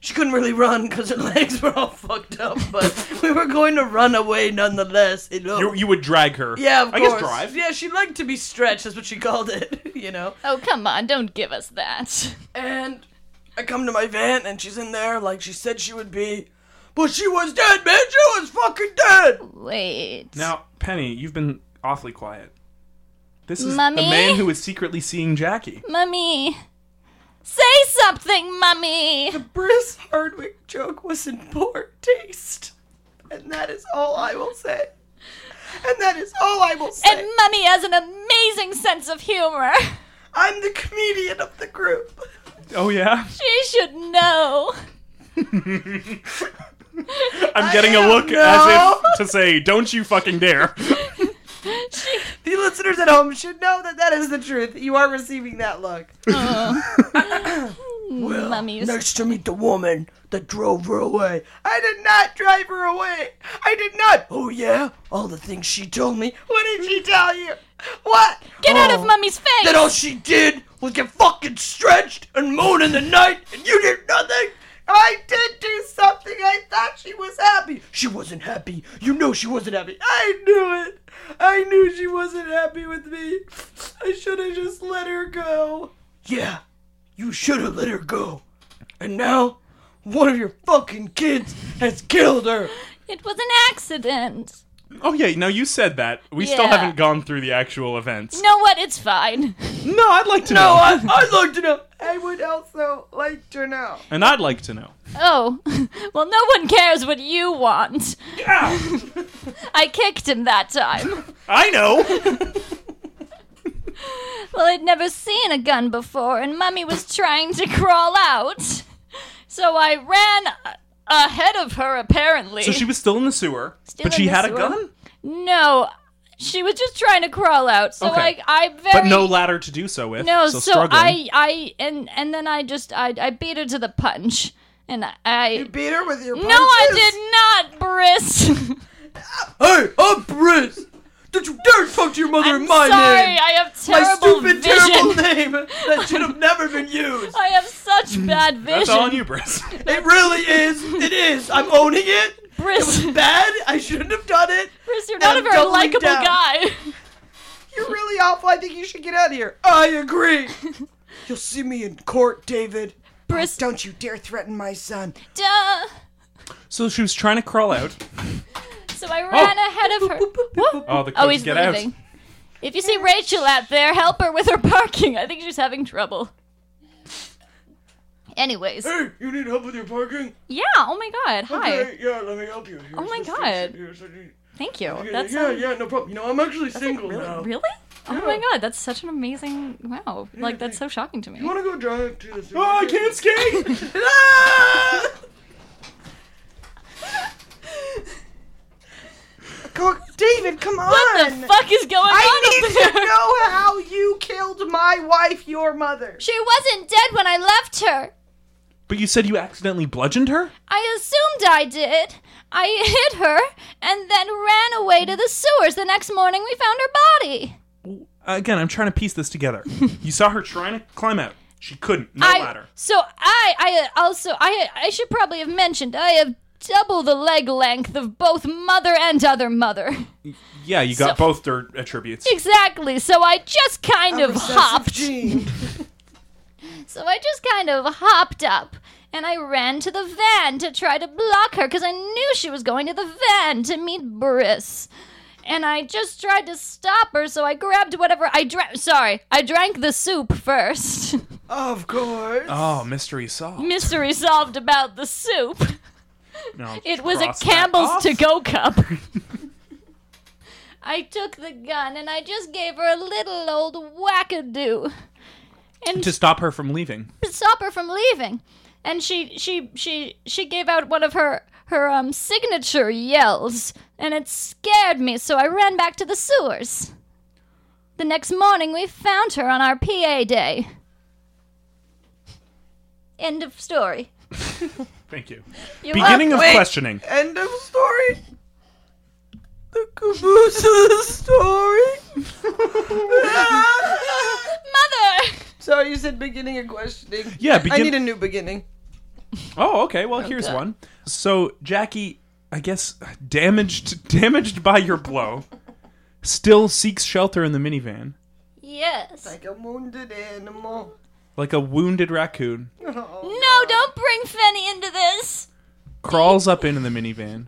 Speaker 3: she couldn't really run because her legs were all fucked up. But we were going to run away nonetheless. You know.
Speaker 1: You, you would drag her.
Speaker 3: Yeah, of
Speaker 1: I
Speaker 3: course.
Speaker 1: guess drive.
Speaker 3: Yeah, she liked to be stretched. That's what she called it. You know.
Speaker 4: Oh, come on, don't give us that.
Speaker 3: And I come to my van, and she's in there like she said she would be, but she was dead, man. She was fucking dead.
Speaker 8: Wait.
Speaker 1: Now, Penny, you've been awfully quiet. This is
Speaker 8: Mummy?
Speaker 1: the man who is secretly seeing Jackie.
Speaker 8: Mummy. Say something, Mummy.
Speaker 3: Briss Hardwick joke was in poor taste, and that is all I will say. And that is all I will say.
Speaker 8: And Mummy has an amazing sense of humor.
Speaker 3: I'm the comedian of the group.
Speaker 1: Oh yeah.
Speaker 8: She should know.
Speaker 1: I'm getting a look as if to say, "Don't you fucking dare."
Speaker 3: The listeners at home should know that that is the truth. You are receiving that look.
Speaker 4: Mm,
Speaker 8: Mummy.
Speaker 3: Nice to meet the woman that drove her away. I did not drive her away. I did not. Oh, yeah? All the things she told me. What did she tell you? What?
Speaker 4: Get out of
Speaker 3: Oh.
Speaker 4: Mummy's face.
Speaker 3: That all she did was get fucking stretched and moan in the night, and you did nothing. I did do something. I thought she was happy. She wasn't happy. You know she wasn't happy. I knew it. I knew she wasn't happy with me. I should have just let her go. Yeah, you should have let her go. And now, one of your fucking kids has killed her.
Speaker 8: It was an accident.
Speaker 1: Oh yeah. Now you said that. We still
Speaker 4: Yeah.
Speaker 1: haven't gone through the actual events.
Speaker 4: You know what? It's fine.
Speaker 1: No, I'd like to
Speaker 3: No,
Speaker 1: know.
Speaker 3: I, I'd like to know. I would also like to know.
Speaker 1: and I'd like to know.
Speaker 4: Oh, well, no one cares what you want.
Speaker 8: I kicked him that time.
Speaker 1: I know.
Speaker 8: Well, I'd never seen a gun before, and Mummy was trying to crawl out. So I ran a- ahead of her, apparently.
Speaker 1: so she was still in the sewer, but
Speaker 8: in
Speaker 1: she
Speaker 8: the
Speaker 1: had a
Speaker 8: sewer.
Speaker 1: gun,
Speaker 8: no, she was just trying to crawl out. So
Speaker 1: Okay.
Speaker 8: I, I very.
Speaker 1: but no ladder to do so with.
Speaker 8: No,
Speaker 1: so,
Speaker 8: so,
Speaker 1: struggling.
Speaker 8: I, I, and and then I just, I, I beat her to the punch, and I.
Speaker 3: Beat her with your
Speaker 8: no, I did not, Briss.
Speaker 3: Hey, I'm Briz! Don't you dare talk to your mother in my
Speaker 8: Sorry,
Speaker 3: name!
Speaker 8: I have
Speaker 3: my
Speaker 8: terrible
Speaker 3: stupid,
Speaker 8: vision.
Speaker 3: terrible name that should have never been used.
Speaker 8: I have
Speaker 3: Mm,
Speaker 8: such bad
Speaker 1: That's
Speaker 8: vision,
Speaker 1: all on you, Briss.
Speaker 3: It really is. It is. I'm owning it.
Speaker 8: Briss.
Speaker 3: Bad. I shouldn't have done it.
Speaker 8: Briss, you're
Speaker 3: Now
Speaker 8: not a
Speaker 3: I'm
Speaker 8: very
Speaker 3: doubling
Speaker 8: likable
Speaker 3: down.
Speaker 8: guy.
Speaker 3: You're really awful. I think you should get out of here. I agree. You'll see me in court, David.
Speaker 8: Briss,
Speaker 3: Don't you dare threaten my son.
Speaker 8: duh.
Speaker 1: so she was trying to crawl out.
Speaker 8: So
Speaker 3: Oh.
Speaker 8: I ran ahead of her. Whoa.
Speaker 1: Oh, the
Speaker 8: Oh,
Speaker 1: coach,
Speaker 8: he's
Speaker 1: get
Speaker 8: leaving.
Speaker 1: out.
Speaker 8: If you see Rachel out there, help her with her parking. I think she's having trouble. Anyways,
Speaker 3: Hey, you need help with your parking?
Speaker 8: yeah. Oh my god. Hi. Oh
Speaker 3: Okay, yeah, let me help you. Here's
Speaker 8: my
Speaker 3: this
Speaker 8: God.
Speaker 3: thing. Here's a-
Speaker 8: Thank you.
Speaker 3: yeah,
Speaker 8: That's
Speaker 3: yeah,
Speaker 8: um,
Speaker 3: yeah, no problem. You know, I'm actually single
Speaker 8: really,
Speaker 3: now.
Speaker 8: really. Oh my god, that's such an amazing wow! Like that's so shocking to
Speaker 3: You
Speaker 8: me.
Speaker 3: want to go drive to the?
Speaker 1: Oh, I can't skate.
Speaker 3: Ah! Cook, David, come on.
Speaker 2: What the fuck is going on
Speaker 3: I
Speaker 2: up
Speaker 3: need
Speaker 2: there?
Speaker 3: to know how you killed my wife, your mother.
Speaker 8: She wasn't dead when I left her.
Speaker 1: But you said you accidentally bludgeoned her?
Speaker 8: I assumed I did. I hit her and then ran away to the sewers. The next morning, we found her body.
Speaker 1: Again, I'm trying to piece this together. you saw her trying to climb out. She couldn't. No
Speaker 8: I
Speaker 1: ladder.
Speaker 8: so I I uh, also I I should probably have mentioned I have double the leg length of both mother and other mother.
Speaker 1: Yeah, you got both their attributes.
Speaker 8: Exactly. So I just kind of
Speaker 11: Recessive
Speaker 8: hopped.
Speaker 11: gene.
Speaker 8: So I just kind of hopped up and I ran to the van to try to block her because I knew she was going to the van to meet Briss. And I just tried to stop her, so I grabbed whatever I drank. Sorry, I drank the soup first.
Speaker 3: Of course.
Speaker 1: Oh, mystery solved.
Speaker 8: Mystery solved about the soup.
Speaker 1: No,
Speaker 8: It was a
Speaker 1: cross that
Speaker 8: Campbell's
Speaker 1: off.
Speaker 8: to go cup. I took the gun and I just gave her a little old wackadoo.
Speaker 1: to stop her from leaving.
Speaker 8: stop her from leaving. And she she she she gave out one of her her um signature yells, and it scared me, so I ran back to the sewers. The next morning we found her on our PA day. End of story.
Speaker 1: Thank you.
Speaker 8: You're
Speaker 1: Beginning
Speaker 8: welcome.
Speaker 1: of questioning.
Speaker 3: End of story. The caboose of the story.
Speaker 8: Mother!
Speaker 3: Sorry, you said beginning and questioning.
Speaker 1: Yeah,
Speaker 3: I
Speaker 1: begin-
Speaker 3: need a new beginning.
Speaker 1: Oh, okay. Well, here's one. So, Jackie, I guess damaged damaged by your blow, still seeks shelter in the minivan
Speaker 8: Yes.
Speaker 3: Like a wounded animal.
Speaker 1: like a wounded raccoon.
Speaker 8: No, don't bring Fanny into this.
Speaker 1: Crawls up into the minivan,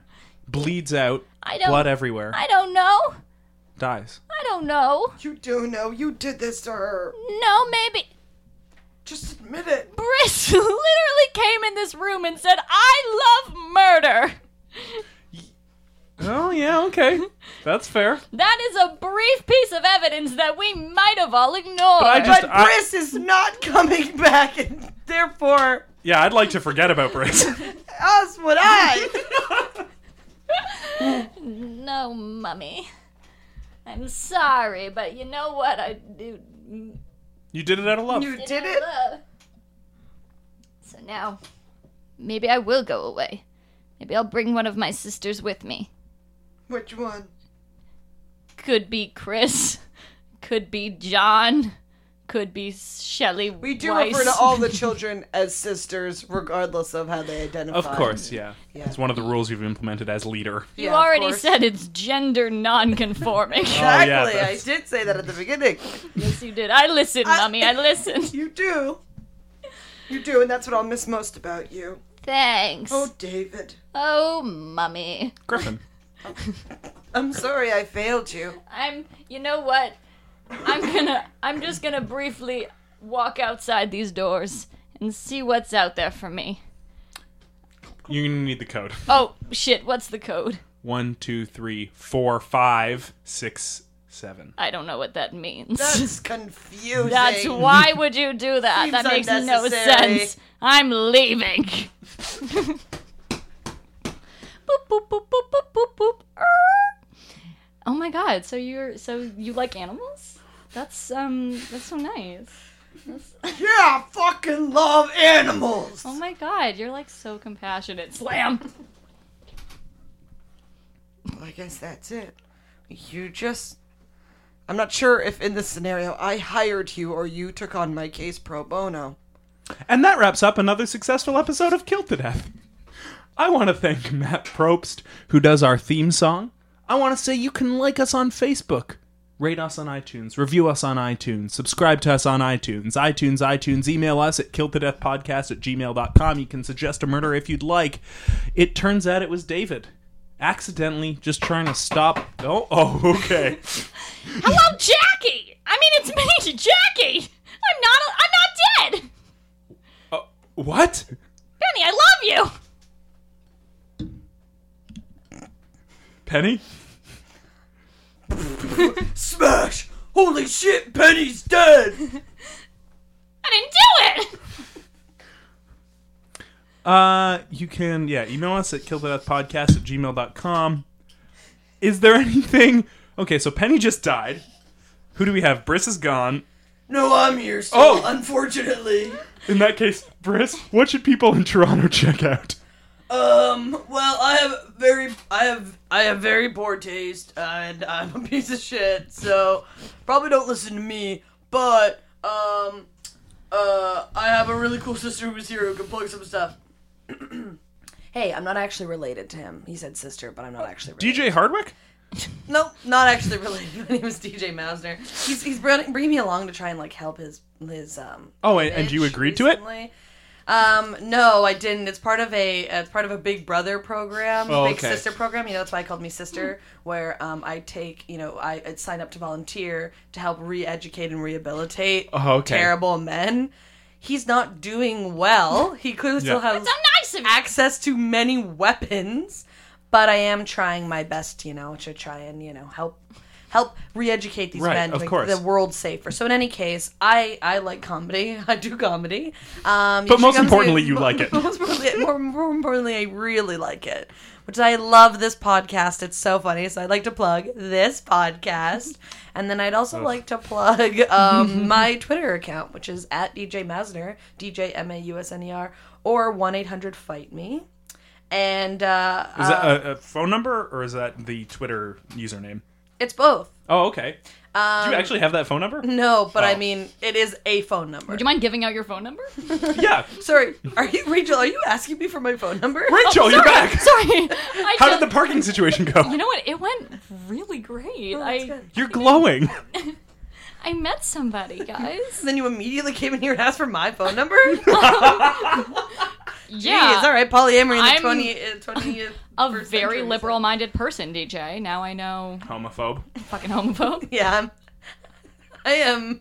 Speaker 1: bleeds out,
Speaker 8: I don't
Speaker 1: blood everywhere,
Speaker 8: I don't know.
Speaker 1: dies.
Speaker 8: I don't know.
Speaker 3: You do know you did this to her.
Speaker 8: No, maybe
Speaker 3: Just admit it.
Speaker 8: Briss literally came in this room and said, I love murder.
Speaker 1: Oh yeah, okay, that's fair.
Speaker 8: That is a brief piece of evidence that we might have all ignored. But
Speaker 1: I just,
Speaker 3: But
Speaker 1: I-
Speaker 3: Briss is not coming back, and therefore,
Speaker 1: yeah, I'd like to forget about Briss.
Speaker 3: us would I.
Speaker 8: No, mummy. I'm sorry, but you know what? I do. uh.
Speaker 1: you did it out of love.
Speaker 3: you did it.
Speaker 8: So now, maybe I will go away. Maybe I'll bring one of my sisters with me.
Speaker 3: Which one?
Speaker 8: Could be Chris. Could be John. Could be Shelley.
Speaker 3: We do
Speaker 8: Weiss.
Speaker 3: refer to all the children as sisters, regardless of how they identify.
Speaker 1: of course, yeah. It's one of the rules you've implemented as leader.
Speaker 8: You
Speaker 3: Yeah, of
Speaker 8: already
Speaker 3: course.
Speaker 8: said it's gender non-conforming.
Speaker 1: Oh, yeah,
Speaker 3: Exactly. I
Speaker 1: that's-
Speaker 3: did say that at the beginning.
Speaker 8: Yes, you did. I listened, Mummy. I listened.
Speaker 3: You do. You do, and that's what I'll miss most about you.
Speaker 8: Thanks.
Speaker 3: Oh, David.
Speaker 8: Oh, Mummy.
Speaker 1: Griffin.
Speaker 3: I'm sorry I failed you.
Speaker 8: I'm. You know what? I'm gonna. I'm just gonna briefly walk outside these doors and see what's out there for me.
Speaker 1: You're gonna need the code.
Speaker 8: Oh shit! What's the code?
Speaker 1: One, two, three, four, five, six, seven.
Speaker 8: I don't know what that means.
Speaker 3: That's confusing.
Speaker 8: That's why would you do that?
Speaker 3: Seems
Speaker 8: that makes no
Speaker 3: unnecessary.
Speaker 8: sense. I'm leaving. boop boop boop boop boop boop boop. Err. Oh my god! So you're so you like animals? That's um that's so nice.
Speaker 3: Yeah, I fucking love animals.
Speaker 8: Oh my god! You're like so compassionate. Slam.
Speaker 3: Well, I guess that's it. You just. I'm not sure if in this scenario I hired you or you took on my case pro bono.
Speaker 1: And that wraps up another successful episode of Killed to Death. I want to thank Matt Probst, who does our theme song. I want to say you can like us on Facebook, rate us on iTunes, review us on iTunes, subscribe to us on iTunes, iTunes, iTunes, email us at killtodeathpodcast at gmail.com. You can suggest a murder if you'd like. It turns out it was David. Accidentally, just trying to stop. Oh, oh, okay.
Speaker 8: Hello, Jackie. I mean, it's me, Jackie. I'm not. I'm not dead.
Speaker 1: Uh, What?
Speaker 8: Benny, I love you.
Speaker 1: Penny?
Speaker 3: Smash! Holy shit, Penny's dead!
Speaker 8: I didn't do it.
Speaker 1: Uh, you can, yeah, email us at killtodeathpodcast at gmail.com. Is there anything? Okay, so Penny just died. Who do we have? Briss is gone.
Speaker 3: No, I'm here. Still,
Speaker 1: Oh!
Speaker 3: unfortunately.
Speaker 1: In that case, Briss, what should people in Toronto check out?
Speaker 3: Um. Well, I have very, I have, I have very poor taste, and I'm a piece of shit. So probably don't listen to me. But um, uh, I have a really cool sister who's here who can plug some stuff. hey, I'm not actually related to him. He said sister, but I'm not actually. related.
Speaker 1: DJ Hardwick?
Speaker 3: Nope, not actually related. My name is DJ Mausner. He's he's bringing, bringing me along to try and like help his his um.
Speaker 1: Oh, and, and you agreed to it?
Speaker 3: it? Um, no, I didn't. It's part of a uh, it's part of a Big Brother program,
Speaker 1: Oh,
Speaker 3: Big
Speaker 1: okay.
Speaker 3: Sister program. You know, that's why I called me sister. Where um, I take you know I I'd sign up to volunteer to help re-educate and rehabilitate
Speaker 1: Oh, okay.
Speaker 3: terrible men. He's not doing well. He clearly still
Speaker 1: Yeah.
Speaker 3: has
Speaker 4: nice of you.
Speaker 3: access to many weapons, but I am trying my best, you know, to try and you know help help re-educate these
Speaker 1: Right,
Speaker 3: men,
Speaker 1: of
Speaker 3: make
Speaker 1: course.
Speaker 3: the world safer. So in any case, I I like comedy. I do comedy. Um,
Speaker 1: But
Speaker 3: she
Speaker 1: most
Speaker 3: comes
Speaker 1: importantly, you like it.
Speaker 3: Most importantly, more, more importantly, I really like it. Which I love this podcast. It's so funny. So I'd like to plug this podcast, and then I'd also like to plug um, my Twitter account, which is at DJ Masner, DJ M A U S N E R, or one eight hundred Fight Me. And uh,
Speaker 1: Is
Speaker 3: uh,
Speaker 1: that a, a phone number or is that the Twitter username?
Speaker 3: it's both.
Speaker 1: Oh, okay.
Speaker 2: Um,
Speaker 1: do you actually have that phone number?
Speaker 3: No, but I
Speaker 1: Oh.
Speaker 3: mean, it is a phone number.
Speaker 2: Would you mind giving out your phone number?
Speaker 1: Yeah.
Speaker 3: Sorry, are you Rachel? Are you asking me for my phone number?
Speaker 1: Rachel, you're back.
Speaker 2: Oh, Sorry. I
Speaker 1: How
Speaker 2: just-
Speaker 1: did the parking situation go?
Speaker 2: You know what? It went really great.
Speaker 3: that's
Speaker 2: I
Speaker 3: good.
Speaker 1: You're glowing.
Speaker 2: I met somebody, guys.
Speaker 3: Then you immediately came in here and asked for my phone number.
Speaker 2: yeah.
Speaker 3: Jeez, all right, polyamory in the
Speaker 2: I'm
Speaker 3: 20, uh, 20th
Speaker 2: a
Speaker 3: first
Speaker 2: very
Speaker 3: century.
Speaker 2: liberal minded person, DJ. Now I know
Speaker 1: Homophobe.
Speaker 2: fucking homophobe.
Speaker 3: Yeah, I'm, I am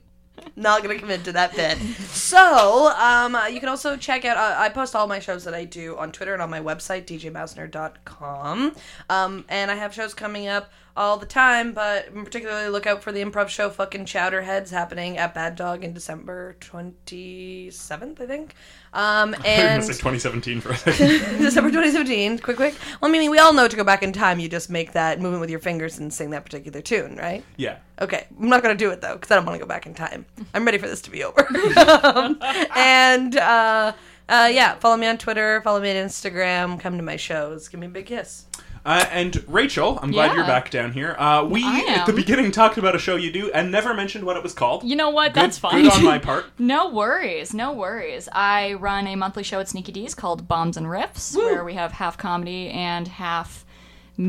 Speaker 3: not gonna commit to that bit. So, um, uh, you can also check out. Uh, I post all my shows that I do on Twitter and on my website, djmausner.com. Um, and I have shows coming up all the time, but particularly look out for the improv show "Fucking Chowderheads" happening at Bad Dog in December twenty seventh, I think. Um,
Speaker 1: You're gonna
Speaker 3: and
Speaker 1: say 2017 for a second.
Speaker 3: December 2017. Quick, quick. Well, I mean, we all know to go back in time. You just make that movement with your fingers and sing that particular tune, right?
Speaker 1: yeah.
Speaker 3: Okay, I'm not gonna do it though because I don't want to go back in time. I'm ready for this to be over. Um, and uh, uh, yeah, follow me on Twitter, follow me on Instagram, come to my shows, give me a big kiss.
Speaker 1: Uh, and Rachel, I'm glad
Speaker 2: Yeah.
Speaker 1: you're back down here. Uh, we at the
Speaker 2: am.
Speaker 1: beginning talked about a show you do and never mentioned what it was called.
Speaker 2: You know what?
Speaker 1: Good-
Speaker 2: That's fine.
Speaker 1: Good on my part.
Speaker 2: No worries, no worries. I run a monthly show at Sneaky D's called Bombs and Riffs, where we have half comedy and half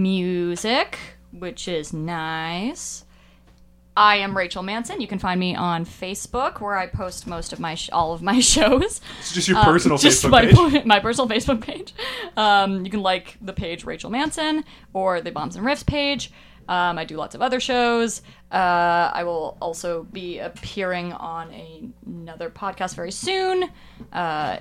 Speaker 2: music, which is nice. I am Rachel Manson. You can find me on Facebook, where I post most of my sh- all of my shows.
Speaker 1: It's just your personal
Speaker 2: Uh, Um, just
Speaker 1: Facebook
Speaker 2: my,
Speaker 1: page.
Speaker 2: po- my personal Facebook page. Um, you can like the page Rachel Manson or the Bombs and Riffs page. Um, I do lots of other shows. Uh, I will also be appearing on a- another podcast very soon. Uh,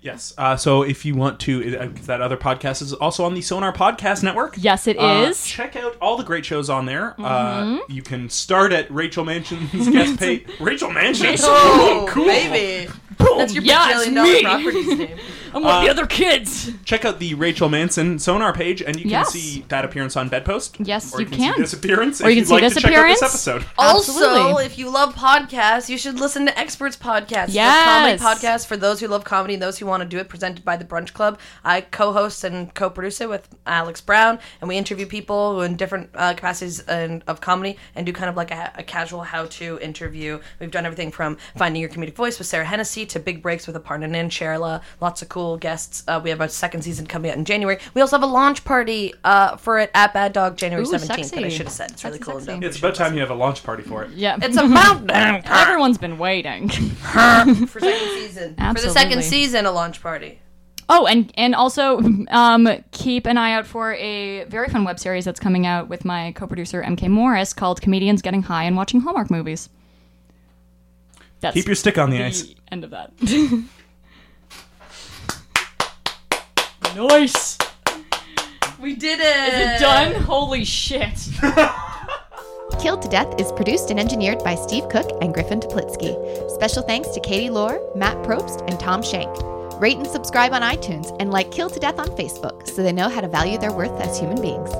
Speaker 1: Yes. Uh, so if you want to, uh, that other podcast is also on the Sonar Podcast Network.
Speaker 2: yes, it is.
Speaker 1: Uh, check out all the great shows on there. Uh,
Speaker 2: Mm-hmm.
Speaker 1: you can start at Rachel Mansion's guest page. Rachel Mansion.
Speaker 3: Oh,
Speaker 1: cool.
Speaker 3: baby, that's your
Speaker 2: Yeah, it's
Speaker 3: billion dollar
Speaker 2: me.
Speaker 3: properties name.
Speaker 2: I'm one
Speaker 1: uh,
Speaker 2: of the other kids.
Speaker 1: Check out the Rachel Manson Sonar page, and you can
Speaker 2: Yes.
Speaker 1: see that appearance on Bedpost.
Speaker 2: Yes,
Speaker 1: or
Speaker 2: you can.
Speaker 1: See this appearance.
Speaker 2: Or you
Speaker 1: if you'd
Speaker 2: can see
Speaker 1: like
Speaker 2: this
Speaker 1: to
Speaker 2: appearance.
Speaker 1: Check out this episode.
Speaker 3: Also,
Speaker 2: Absolutely.
Speaker 3: if you love podcasts, you should listen to Experts Podcast.
Speaker 2: Yes.
Speaker 3: It's a comedy podcast for those who love comedy and those who want to do it, presented by The Brunch Club. I co host and co produce it with Alex Brown, and we interview people in different uh, capacities and, of comedy and do kind of like a, a casual how to interview. We've done everything from finding your comedic voice with Sarah Hennessy to big breaks with Aparna Nansharla. Lots of cool guests. Uh, we have our second season coming out in January. We also have a launch party uh, for it at Bad Dog January
Speaker 2: Ooh,
Speaker 3: 17th, but I
Speaker 2: sexy.
Speaker 3: should have said. It's really
Speaker 2: That's
Speaker 3: cool. and
Speaker 2: sexy.
Speaker 3: dope.
Speaker 1: It's about time you have a launch party for it.
Speaker 2: Yeah,
Speaker 3: It's about damn time
Speaker 2: everyone's been waiting.
Speaker 3: for second season. For the
Speaker 2: Absolutely.
Speaker 3: second season, a launch party.
Speaker 2: Oh, and and also um, keep an eye out for a very fun web series that's coming out with my co-producer MK Morris called "Comedians Getting High and Watching Hallmark Movies." That's
Speaker 1: Keep your stick on the
Speaker 2: the
Speaker 1: ice.
Speaker 2: end of that. nice.
Speaker 3: We did it. Is
Speaker 2: It done. Holy shit.
Speaker 12: Killed to Death is produced and engineered by Steve Cook and Griffin Toplitsky. Special thanks to Katie Lohr, Matt Probst, and Tom Shank. Rate and subscribe on iTunes and like Killed to Death on Facebook so they know how to value their worth as human beings.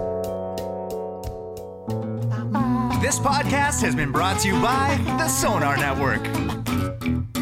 Speaker 6: This podcast has been brought to you by the Sonar Network.